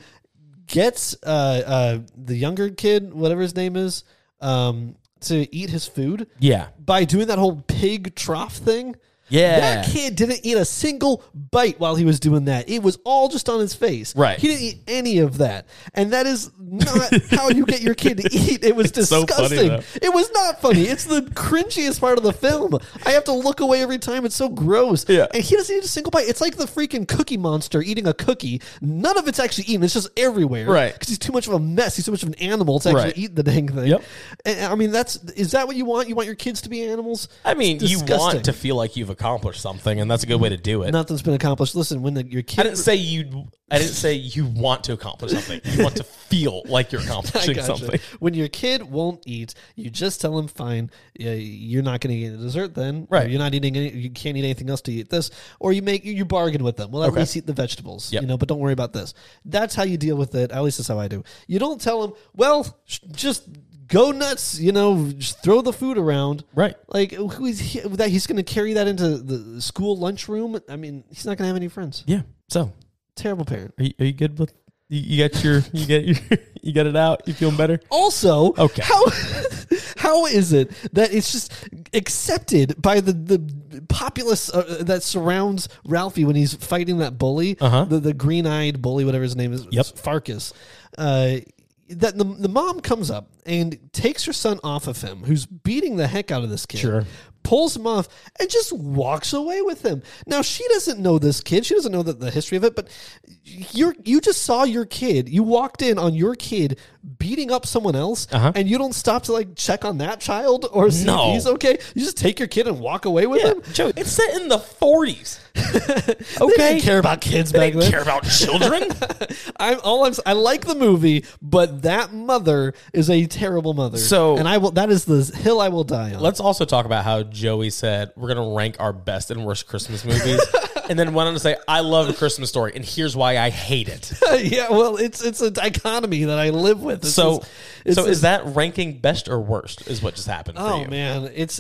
gets uh, uh, the younger kid, whatever his name is, um, to eat his food
Yeah,
by doing that whole pig trough thing.
Yeah.
That kid didn't eat a single bite while he was doing that. It was all just on his face.
Right.
He didn't eat any of that. And that is not how you get your kid to eat. It was
so funny,
disgusting.
though.
it was not funny. It's the cringiest part of the film. I have to look away every time. It's so gross.
Yeah.
And he doesn't eat a single bite. It's like the freaking cookie monster eating a cookie. None of it's actually eaten. It's just everywhere.
Right.
Because he's too much of a mess. He's too much of an animal to actually
Right.
eat the dang thing.
Yep.
And, I mean, that's is that what you want? You want your kids to be animals?
I mean,
It's
you
disgusting.
want to feel like you've accomplished something, and that's a good way to do it.
Nothing's been accomplished. Listen, when the, your
I
kid
didn't say you. I didn't say you want to accomplish something. You want to feel like you're
I
accomplishing
gotcha.
something.
when your kid won't eat, you just tell him, "Fine, yeah, you're not going to eat a dessert then. or
Right.
you're not eating. Any, you can't eat anything else to eat this, or you make you, you bargain with them. Well, at
Okay.
least eat the vegetables,
Yep.
you know. But don't worry about this. That's how you deal with it. At least that's how I do. You don't tell him, "Well, sh- just." Go nuts, you know. Just throw the food around,
Right.
Like who is he, that? He's going to carry that into the school lunchroom. I mean, he's not going to have any friends.
Yeah. So,
Terrible parent.
are you, are you good with? You, you got your. You got your. You got it out. You feeling better?
Also,
Okay.
how how is it that it's just accepted by the the populace uh, that surrounds Ralphie when he's fighting that bully,
Uh-huh.
the the green eyed bully, whatever his name is,
Yep.
Farkas. Uh, that the, the mom comes up and takes her son off of him, who's beating the heck out of this kid.
Sure.
Pulls him off and just walks away with him. Now she doesn't know this kid. She doesn't know the, the history of it. But you you just saw your kid. You walked in on your kid beating up someone else,
Uh-huh.
and you don't stop to like check on that child or see
No.
if he's okay. You just take your kid and walk away with
Yeah,
him.
Joey, it's set in the 40s.
They
Okay.
didn't care about kids
They
back
didn't
then.
care about children.
I'm all I'm. s- I like the movie, but that mother is a terrible mother.
So-
and I will. That is the hill I will die on.
Let's also talk about how Joey said we're going to rank our best and worst Christmas movies. and then went on to say, I love Christmas Story, and here's why I hate it.
yeah, well, it's it's a dichotomy that I live with. This
So,
is- it's
so
this-
is that ranking best or worst? Is what just happened for
Oh
you?
man, it's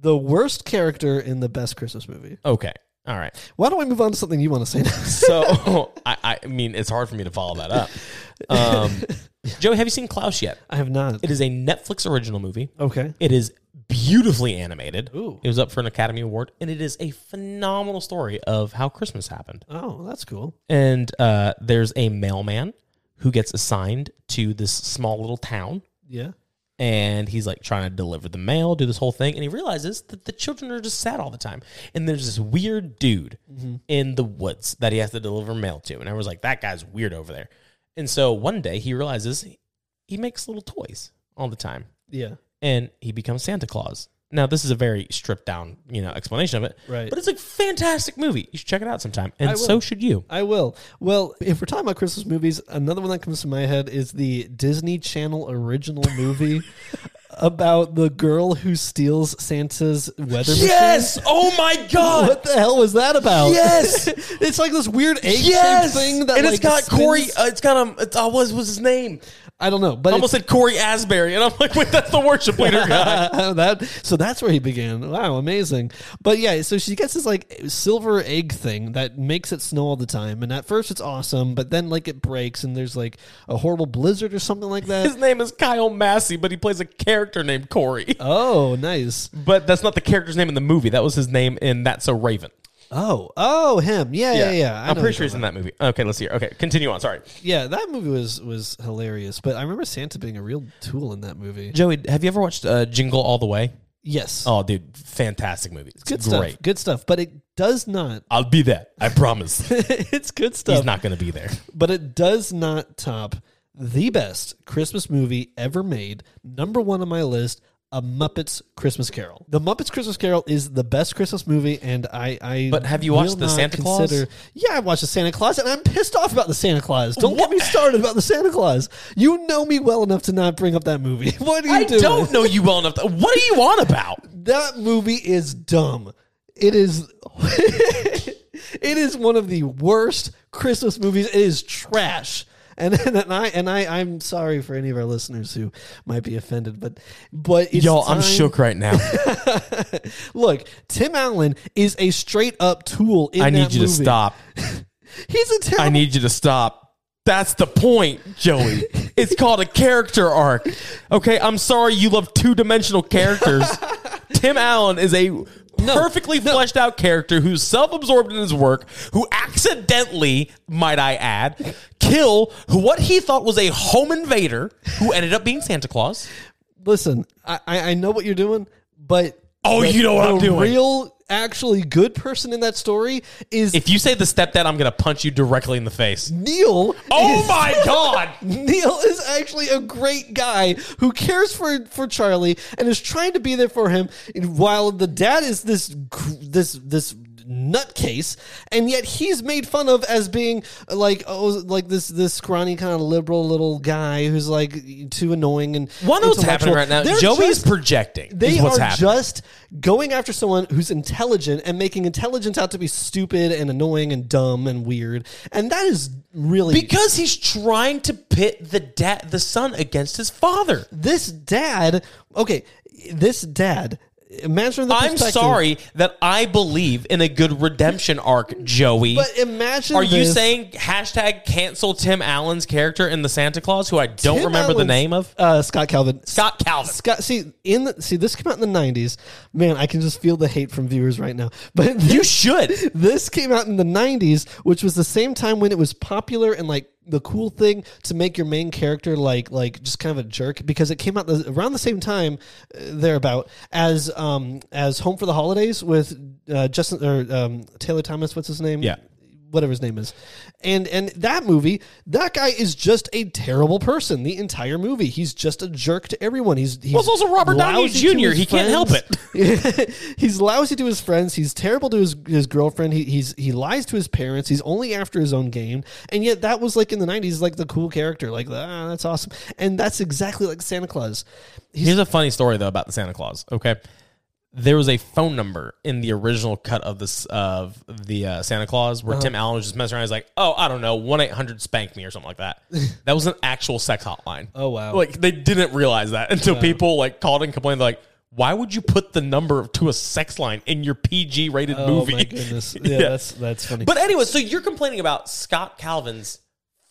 the worst character in the best Christmas movie.
Okay, all right.
Why don't we move on to something you want to say next?
So, I, I mean, it's hard for me to follow that up. Um, Joey, have you seen Klaus yet?
I have not.
It is a Netflix original movie.
okay.
It is beautifully animated.
Ooh.
It was up for an Academy Award, and it is a phenomenal story of how Christmas happened.
Oh, that's cool.
and uh, there's a mailman who gets assigned to this small little town
Yeah.
and he's like trying to deliver the mail do this whole thing and he realizes that the children are just sad all the time and there's this weird dude
Mm-hmm.
in the woods that he has to deliver mail to and everyone's like that guy's weird over there and so one day he realizes he makes little toys all the time
Yeah.
and he becomes Santa Claus. Now, this is a very stripped down, you know, explanation of it.
Right.
But it's a fantastic movie. You should check it out sometime. And
will.
so should you.
I will. Well, if we're talking about Christmas movies, another one that comes to my head is the Disney Channel original movie about the girl who steals Santa's weather machine.
Oh my god!
What the hell was that about?
Yes!
it's like this weird egg-shaped thing that
and
like,
it's got
spins.
Corey. Uh, it's got um. It's, uh, what was his name?
I don't know, but
I almost said Corey Asbury, and I'm like, wait, that's the worship leader guy.
that so that's where he began. Wow, amazing. But yeah, so she gets this like silver egg thing that makes it snow all the time, and at first it's awesome, but then like it breaks, and there's like a horrible blizzard or something like
His
that.
name is Kyle Massey, but he plays a character named Corey.
oh, nice.
Uh, But that's not the character's name in the movie. That was his name in That's a Raven.
Oh, oh, him. Yeah, yeah, yeah. I
I'm
know
pretty
who
sure
you're
he's in that movie. Okay, let's hear. Okay, continue on. Sorry.
talking- Yeah, that movie was was hilarious, but I remember Santa being a real tool in that movie.
Joey, have you ever watched uh, Jingle All the Way?
Yes.
Oh, dude, fantastic movie. It's
good
great.
stuff. Good stuff, but it does not.
I'll be there. I promise.
it's good stuff.
He's not going to be there.
but it does not top the best Christmas movie ever made. Number one on my list, A Muppets Christmas Carol. The Muppets Christmas Carol is the best Christmas movie, and I. I
But have you
will
watched the
not
Santa Claus?
Yeah, I watched the Santa Claus, and I'm pissed off about the Santa Claus. Don't get me started about the Santa Claus. You know me well enough to not bring up that movie. What are you
I
doing?
don't know you well enough. to- what are you on about?
That movie is dumb. It is. it is one of the worst Christmas movies. It is trash. And, and I and I I'm sorry for any of our listeners who might be offended, but but it's
Y'all, I'm
time-
shook right now.
Look, Tim Allen is a straight up tool. In
I
that
need you to
movie.
stop.
He's a terrible.
I need you to stop. That's the point, Joey. It's called a character arc. Okay, I'm sorry you love two dimensional characters. Tim Allen is a perfectly fleshed out character who's self absorbed in his work, who accidentally, might I add, kill what he thought was a home invader who ended up being Santa Claus.
Listen, I I I know what you're doing, but
Oh, you know what I'm
the
doing.
Real, actually good person in that story is
If you say the stepdad, I'm going to punch you directly in the face.
Neil.
Oh
is-
my God!
Neil is actually a great guy who cares for, for Charlie and is trying to be there for him, and while the dad is this gr- this this nutcase, and yet he's made fun of as being uh, like oh like this this scrawny kind of liberal little guy who's like too annoying and
One knows what's happening
intellectual.
right now.
They're
Joey's
just-
projecting.
they
is what's
are
happening.
just going after someone who's intelligent and making intelligence out to be stupid and annoying and dumb and weird, and that is really
because he's trying to pit the dad, the son against his father.
this dad okay this dad imagine the
I'm
perspective-
sorry that I believe in a good redemption arc, Joey.
but imagine
are you
this-
saying hashtag cancel Tim Allen's character in the Santa Claus, who I don't
Tim
remember the
Allen's-
name of?
uh, scott calvin
Scott Calvin.
scott see in the, see this came out in the 90s man i can just feel the hate from viewers right now but this,
You should.
this came out in the 90s which was the same time when it was popular and like the cool thing to make your main character like like just kind of a jerk because it came out the, around the same time uh, thereabout as um as home for the holidays with uh, justin or um, taylor thomas what's his name
Yeah.
whatever his name is. And and that movie, that guy is just a terrible person the entire movie. He's just a jerk to everyone. He's, he's
Well, it's also Robert Downey
lousy to
Jr..
his
He can't help
friends. he's lousy to his friends. He's terrible to his, his girlfriend. He, he's he lies to his parents. He's only after his own game. And yet that was like in the 90s like the cool character like ah, that's awesome. And that's exactly like Santa Claus. He's
Here's a funny story though about the Santa Claus. Okay, there was a phone number in the original cut of this of the uh, Santa Claus
Uh-huh.
where Tim Allen was just messing around. He's like, "Oh, I don't know, one eight hundred spank me or something like that." that was an actual sex hotline.
Oh, wow.
Like they didn't realize that until people like called and complained. They're like, "Why would you put the number to a sex line in your PG rated
Oh
movie?"
my goodness. Yeah, that's that's funny.
But anyway, so you're complaining about Scott Calvin's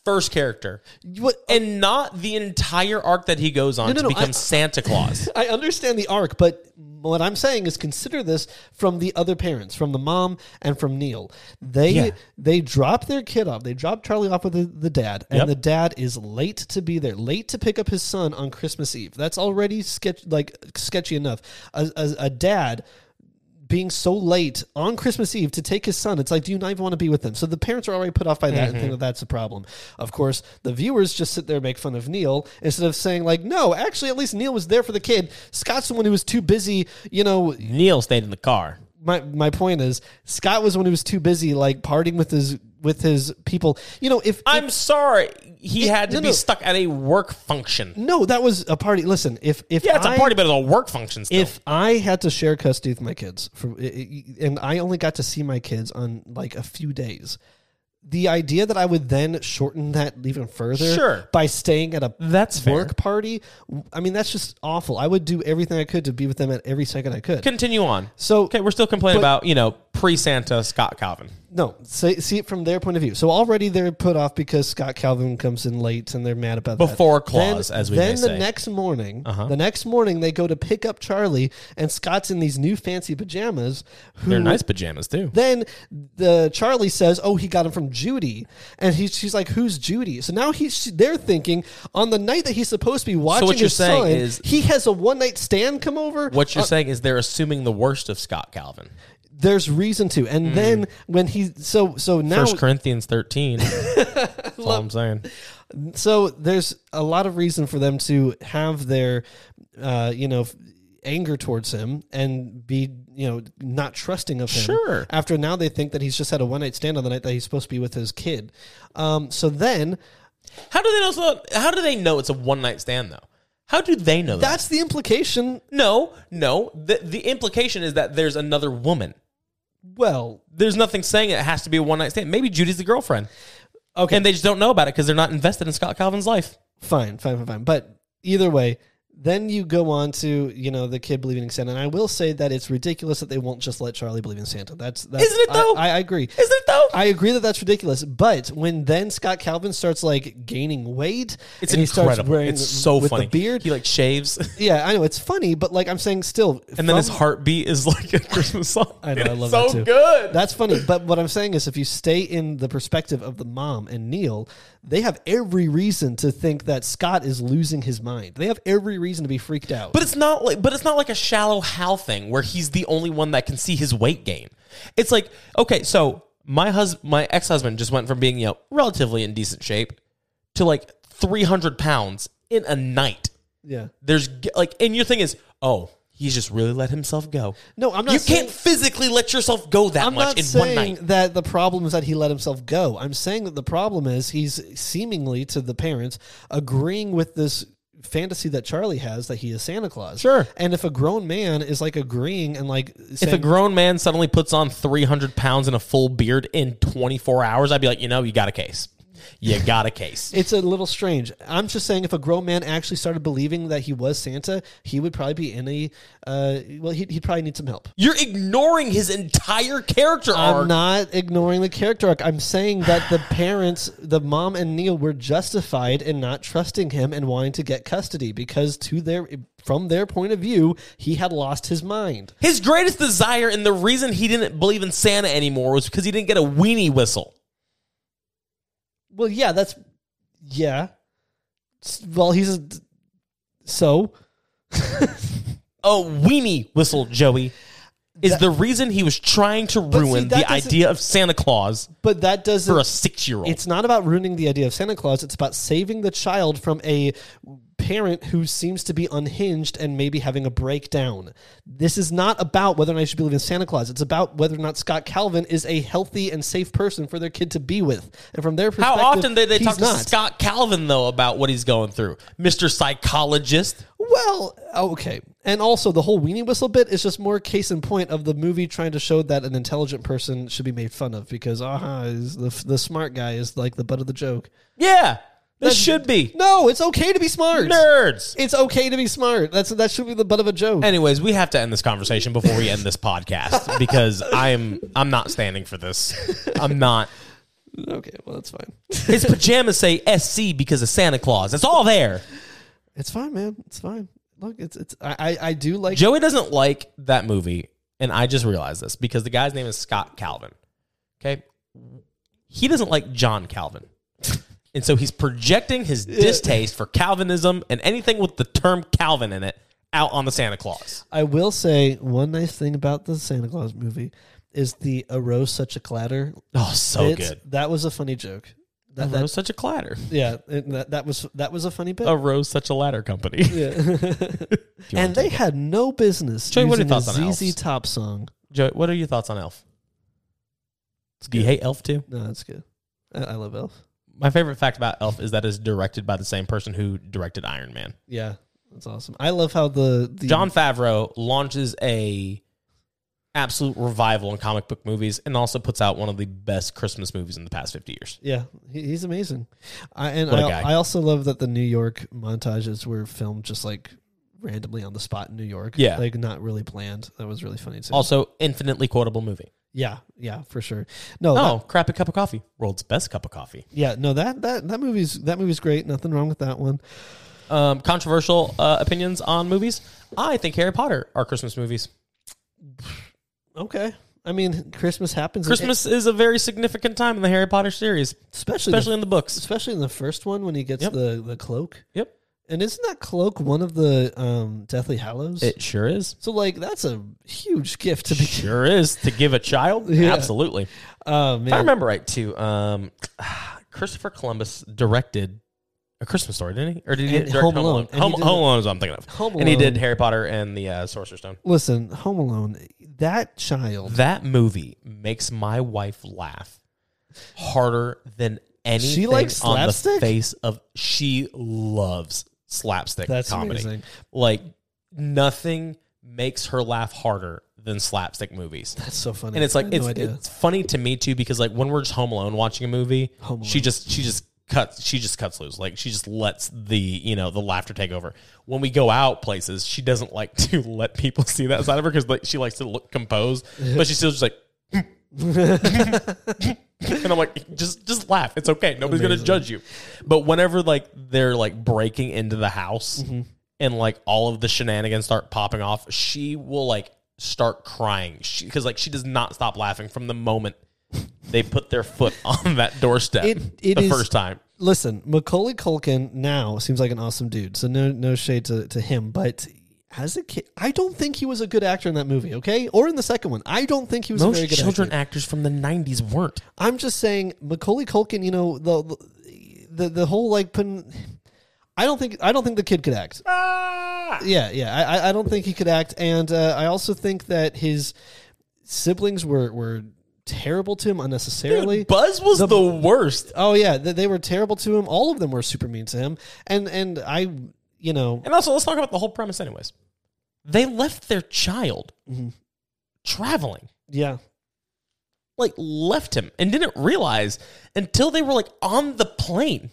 first character
what
and not the entire arc that he goes on
no,
to
no,
become
I-
Santa Claus.
I understand the arc, but what I'm saying is consider this from the other parents, from the mom and from Neil. They
Yeah.
they drop their kid off. They drop Charlie off with the, the dad, and
Yep.
the dad is late to be there, late to pick up his son on Christmas Eve. That's already sketch like sketchy enough. A, a, a dad being so late on Christmas Eve to take his son. It's like, do you not even want to be with them? So the parents are already put off by that and think that that's a problem. Of course, the viewers just sit there and make fun of Neil instead of saying, like, no, actually, at least Neil was there for the kid. Scott's the one who was too busy, you know,
Neil stayed in the car.
my my point is Scott was the one who was too busy like partying with his with his people. You know, if, if
I'm sorry. He had to
no,
be
no.
stuck at a work function.
no, that was a party. Listen, if if
Yeah, it's
I-
a party, but it's a work function still.
if I had to share custody with my kids for, i- i- and I only got to see my kids on like a few days, the idea that I would then shorten that even further
Sure.
by staying at a
That's fair.
work party, w- I mean, that's just awful. I would do everything I could to be with them at every second I could.
Continue on.
So
Okay, we're still complaining
But-
about, you know, pre Santa Scott Calvin.
no, say, see it from their point of view. So already they're put off because Scott Calvin comes in late and they're mad about that.
Before clause, as we
Then
may
the
say. Uh-huh.
next morning, the next morning they go to pick up Charlie and Scott's in these new fancy pajamas. Who,
They're nice pajamas, too.
Then the Charlie says, "Oh, he got him from Judy," and he, she's like, "Who's Judy?" So now he's she- they're thinking on the night that he's supposed to be watching
what you're
his
saying
son,
is-
he has a one night stand come over. Uh,
What you're saying is they're assuming the worst of Scott Calvin.
There's reason to, and then when he so so now
Hmm. First Corinthians 13. That's all I'm saying.
so there's a lot of reason for them to have their uh, you know f- anger towards him and be you know not trusting of him
Sure.
after now they think that he's just had a one night stand on the night that he's supposed to be with his kid um, so then
How do they know? How do they know it's a one night stand though? How do they know that?
that's the implication
No, no. The the implication is that there's another woman.
well
There's nothing saying it has to be a one night stand. Maybe Judy's the girlfriend,
okay
and they just don't know about it because they're not invested in Scott Calvin's life.
fine, fine, fine, fine. But either way, then you go on to you know the kid believing in Santa, and I will say that it's ridiculous that they won't just let Charlie believe in Santa. That's, that's
Isn't it,
I-
though?
I, I agree.
Isn't it though?
I agree that that's ridiculous, but when then Scott Calvin starts like gaining weight,
it's
and
incredible.
he starts wearing
it's so
with
funny.
the beard.
He like shaves, and
yeah, I know it's funny, but like I'm saying, still, and
then his heartbeat is like a Christmas song.
I know, I love
so
that too.
good.
That's funny, but what I'm saying is, if you stay in the perspective of the mom and Neil, they have every reason to think that Scott is losing his mind. They have every reason to be freaked out.
But it's not like but it's not like a shallow Hal thing where he's the only one that can see his weight gain. It's like, okay, so my hus my ex-husband just went from being, you know, relatively in decent shape to like 300 pounds in a night.
yeah,
There's g- like and your thing is, "Oh, he's just really let himself go."
No, I'm not
You
saying-
can't physically let yourself go that
I'm
much
not
in
saying
one night.
that the problem is that he let himself go. I'm saying that the problem is he's seemingly to the parents agreeing with this fantasy that Charlie has that he is Santa Claus.
Sure.
And if a grown man is like agreeing and like
If a
saying,
grown man suddenly puts on 300 pounds and a full beard in 24 hours, I'd be like, "You know, you got a case. You got a case."
it's a little strange. I'm just saying if a grown man actually started believing that he was Santa, he would probably be in a uh, well, he'd, he'd probably need some help.
You're ignoring his entire character
I'm
arc.
not ignoring the character arc. I'm saying that the parents, the mom and Neil, were justified in not trusting him and wanting to get custody because, to their from their point of view, he had lost his mind.
his greatest desire and the reason he didn't believe in Santa anymore was because he didn't get a weenie whistle.
Well, yeah, that's yeah. S- Well, he's a, so
A weenie whistle, Joey. is the reason he was trying to ruin
that
the
doesn't-
idea of Santa Claus
But that doesn't.
for a six year old.
it's not about ruining the idea of Santa Claus. It's about saving the child from a parent who seems to be unhinged and maybe having a breakdown. This is not about whether or not I should believe in Santa Claus. It's about whether or not Scott Calvin is a healthy and safe person for their kid to be with. And from their
How
perspective,
often did they
he's
talk to
not.
Scott Calvin though about what he's going through, Mister Psychologist?
Well, oh, okay. And also, the whole weenie whistle bit is just more case in point of the movie trying to show that an intelligent person should be made fun of because, aha, is the, the smart guy is like the butt of the joke.
Yeah, this should be
No, it's okay to be smart.
nerds.
It's okay to be smart. That's That should be the butt of a joke.
Anyways, we have to end this conversation before we end this podcast because I'm I'm not standing for this. I'm not.
okay, well, that's fine.
His pajamas say SC because of Santa Claus. It's all there.
it's fine, man. It's fine. Look, it's, it's, I, I, I do like,
Joey doesn't like that movie, and I just realized this because the guy's name is Scott Calvin. Okay, he doesn't like John Calvin, and so he's projecting his distaste for Calvinism and anything with the term Calvin in it out on the Santa Claus.
I will say one nice thing about the Santa Claus movie is the a rose such a clatter.
Oh, so
bit.
good.
That was a funny joke. That,
That
that
was such a clatter.
Yeah, and that, that was that was a funny bit.
A rose, such a ladder company.
and they had no business
Joey, what are
using
your
a
thoughts on
ZZ
elves?
Top song.
Joey, what are your thoughts on Elf? Do you hate Elf too?
No, that's good. I, I love Elf.
My favorite fact about Elf is that it's directed by the same person who directed Iron Man.
Yeah, that's awesome. I love how the, the
John Favreau launches a absolute revival in comic book movies and also puts out one of the best Christmas movies in the past 50 years.
Yeah, he, he's amazing. I, and
What a
I,
guy.
I also love that the New York montages were filmed just like randomly on the spot in New York.
Yeah.
like not really planned. That was really funny too.
Also, infinitely quotable movie.
yeah, yeah, for sure. No, that-
Oh, crappy cup of coffee. World's best cup of coffee.
yeah, no that that that movie's that movie's great. Nothing wrong with that one.
Um, controversial uh, opinions on movies. I think Harry Potter are Christmas movies.
Okay, I mean Christmas happens. in-
Christmas is a very significant time in the Harry Potter series,
especially the
especially in the books.
especially in the first one when he gets
Yep.
the the cloak.
Yep.
And isn't that cloak one of the um, Deathly Hallows?
It sure is.
so like that's a huge gift to be.
Sure is. To give a child?
Yeah.
Absolutely.
Oh
If I
man,
remember right, too, um, Christopher Columbus directed a Christmas story, didn't he? Or did he
And
direct
Home
Home
Alone.
Alone?
And he
Home,
did-
Home Alone is what I'm thinking of.
Home
And he
Alone.
did Harry Potter and the uh, Sorcerer's Stone.
listen, Home Alone, that child.
That movie makes my wife laugh harder than anything
likes
on the
slapstick?
face of. She loves slapstick
That's
comedy.
amazing.
Like nothing makes her laugh harder than slapstick movies.
That's so funny.
and it's
I
like
had
it's,
no idea.
it's funny to me too because like when we're just home alone watching a movie
Home
she just she just cuts she just cuts loose like she just lets the you know the laughter take over when we go out places she doesn't like to let people see that side of her because like she likes to look composed but she's still just like and I'm like, just just laugh. It's okay. Nobody's gonna judge you. But whenever like they're like breaking into the house
Mm-hmm.
and like all of the shenanigans start popping off, she will like start crying because like she does not stop laughing from the moment they put their foot on that doorstep
It- it
the
is-
first time.
listen, Macaulay Culkin now seems like an awesome dude. So no no shade to, to him, but as a kid, I don't think he was a good actor in that movie. Okay, or in the second one, I don't think he was a very
Most
good actor.
children actors from the '90s weren't.
I'm just saying Macaulay Culkin, you know, the the the whole like putting I don't think I don't think the kid could act.
Ah!
Yeah, yeah. I- I, I don't think he could act and uh, I also think that his siblings were were terrible to him unnecessarily.
Buzz was the, worst,
oh yeah, they, they were terrible to him. All of them were super mean to him. And and I, you know,
and also let's talk about the whole premise, anyways. They left their child
Mm-hmm.
traveling.
yeah.
like left him and didn't realize until they were like on the plane.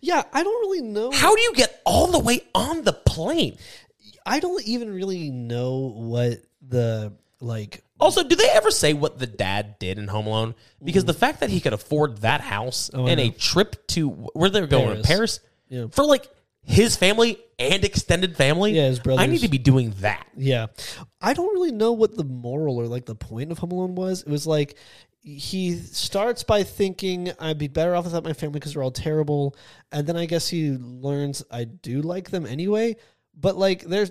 Yeah, I don't really know.
How do you get all the way on the plane?
I don't even really know what the like
Also, do they ever say what the dad did in Home Alone? Because the fact that he could afford that house
Oh, I
and a
know.
trip to where they were
Paris.
going to Paris
Yeah.
for like his family and extended family.
Yeah, his
I
brothers.
need to be doing that.
Yeah. I don't really know what the moral or like the point of Home Alone was. It was like he starts by thinking I'd be better off without my family because they're all terrible, and then I guess he learns I do like them anyway. But like, there's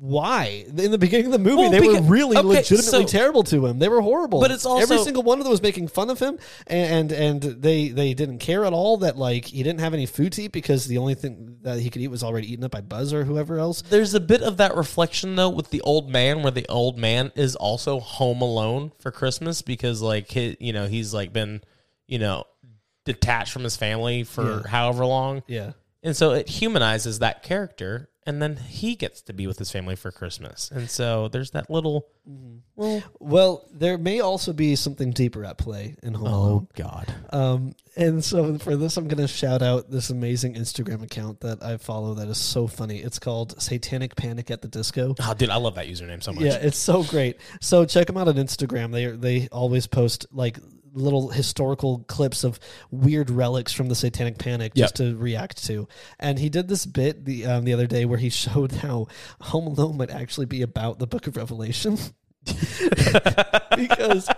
why in the beginning of the movie
Well,
they
beca-
were really
okay,
legitimately
so-
terrible to him. They were horrible.
But it's also-
every single one of them was making fun of him, and and, and they they didn't care at all that like he didn't have any food to eat because the only thing that he could eat was already eaten up by Buzz or whoever else.
There's a bit of that reflection though with the old man, where the old man is also home alone for Christmas because like he, you know he's like been you know detached from his family for however long,
Yeah,
and so it humanizes that character, and then he gets to be with his family for Christmas, and so there's that little.
Well, there may also be something deeper at play in Home Alone.
Oh, God!
Um, and so for this, I'm going to shout out this amazing Instagram account that I follow that is so funny. It's called Satanic Panic at the Disco.
Oh, dude, I love that username so much.
Yeah, it's so great. So check them out on Instagram. They are, they always post like little historical clips of weird relics from the Satanic Panic just to react to. And he did this bit the um, the other day where he showed how Home Alone might actually be about the Book of Revelation. because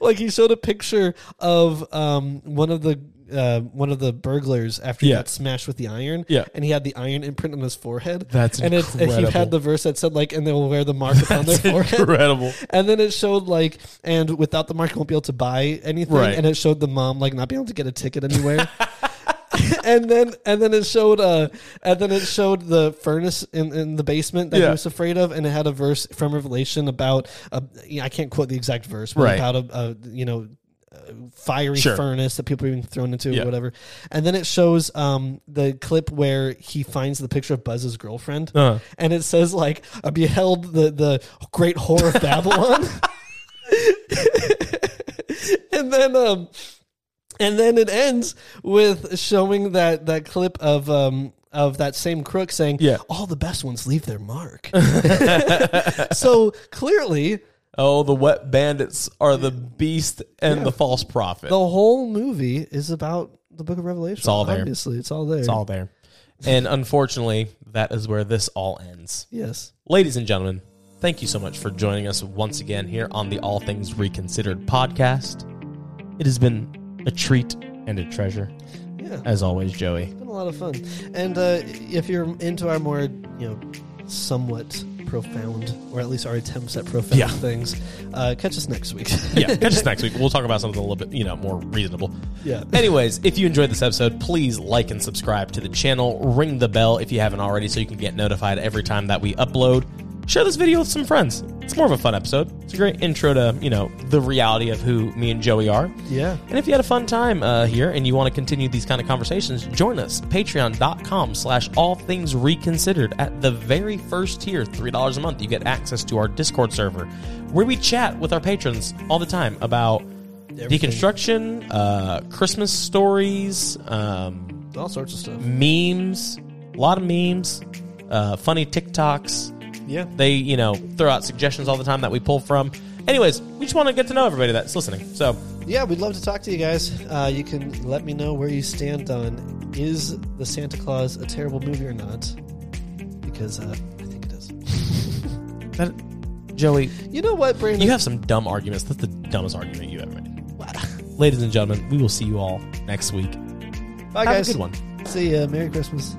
like he showed a picture of um one of the uh, one of the burglars after he
Yeah.
got smashed with the iron,
Yeah.
and he had the iron imprint on his forehead.
That's
and it's and he had
incredible.
the verse that said like, and they will wear the mark upon their forehead.
Incredible.
And then it showed like, and without the mark, you won't be able to buy anything.
Right.
And it showed the mom like not being able to get a ticket anywhere. and then and then it showed uh and then it showed the furnace in, in the basement that he
Yeah.
was afraid of, and it had a verse from Revelation about uh, I can't quote the exact verse, but
Right.
about a, a you know. uh, Fiery
Sure.
furnace that people are being thrown into,
Yeah.
or whatever, and then it shows um, the clip where he finds the picture of Buzz's girlfriend,
Uh-huh.
and it says like I beheld the the great whore of Babylon, and then um, and then it ends with showing that that clip of um of that same crook saying,
Yeah.
all the best ones leave their mark." so clearly,
Oh, the wet bandits are the beast and the false prophet.
the whole movie is about the Book of Revelation. It's
all there.
Obviously, it's all there.
It's all there. And unfortunately, that is where this all ends.
Yes.
Ladies and gentlemen, thank you so much for joining us once again here on the All Things Reconsidered podcast. It has been a treat and a treasure,
Yeah.
as always, Joey.
been a lot of fun. And uh, if you're into our more, you know, somewhat profound, or at least our attempts at profound
Yeah.
things, uh, catch us next week.
Yeah, catch us next week. We'll talk about something a little bit, you know, more reasonable.
yeah.
Anyways, if you enjoyed this episode, please like and subscribe to the channel. Ring the bell if you haven't already so you can get notified every time that we upload. Share this video with some friends. It's more of a fun episode. It's a great intro to, you know, the reality of who me and Joey are.
Yeah.
And if you had a fun time uh, here and you want to continue these kind of conversations, join us, patreon.com slash all things reconsidered. At the very first tier, $3 a month, you get access to our Discord server where we chat with our patrons all the time about deconstruction, uh, Christmas stories, um,
All sorts of stuff.
memes, a lot of memes, uh, funny TikToks
Yeah.
they you know throw out suggestions all the time that we pull from anyways we just want to get to know everybody that's listening so
Yeah, we'd love to talk to you guys. Uh, you can let me know where you stand on is the Santa Claus a terrible movie or not? Because uh, I think it is.
joey
You know what, Brandon?
you have some dumb arguments that's the dumbest argument you ever made ladies and gentlemen we will see you all next week
Bye,
have
guys.
a good one
See ya. Merry Christmas.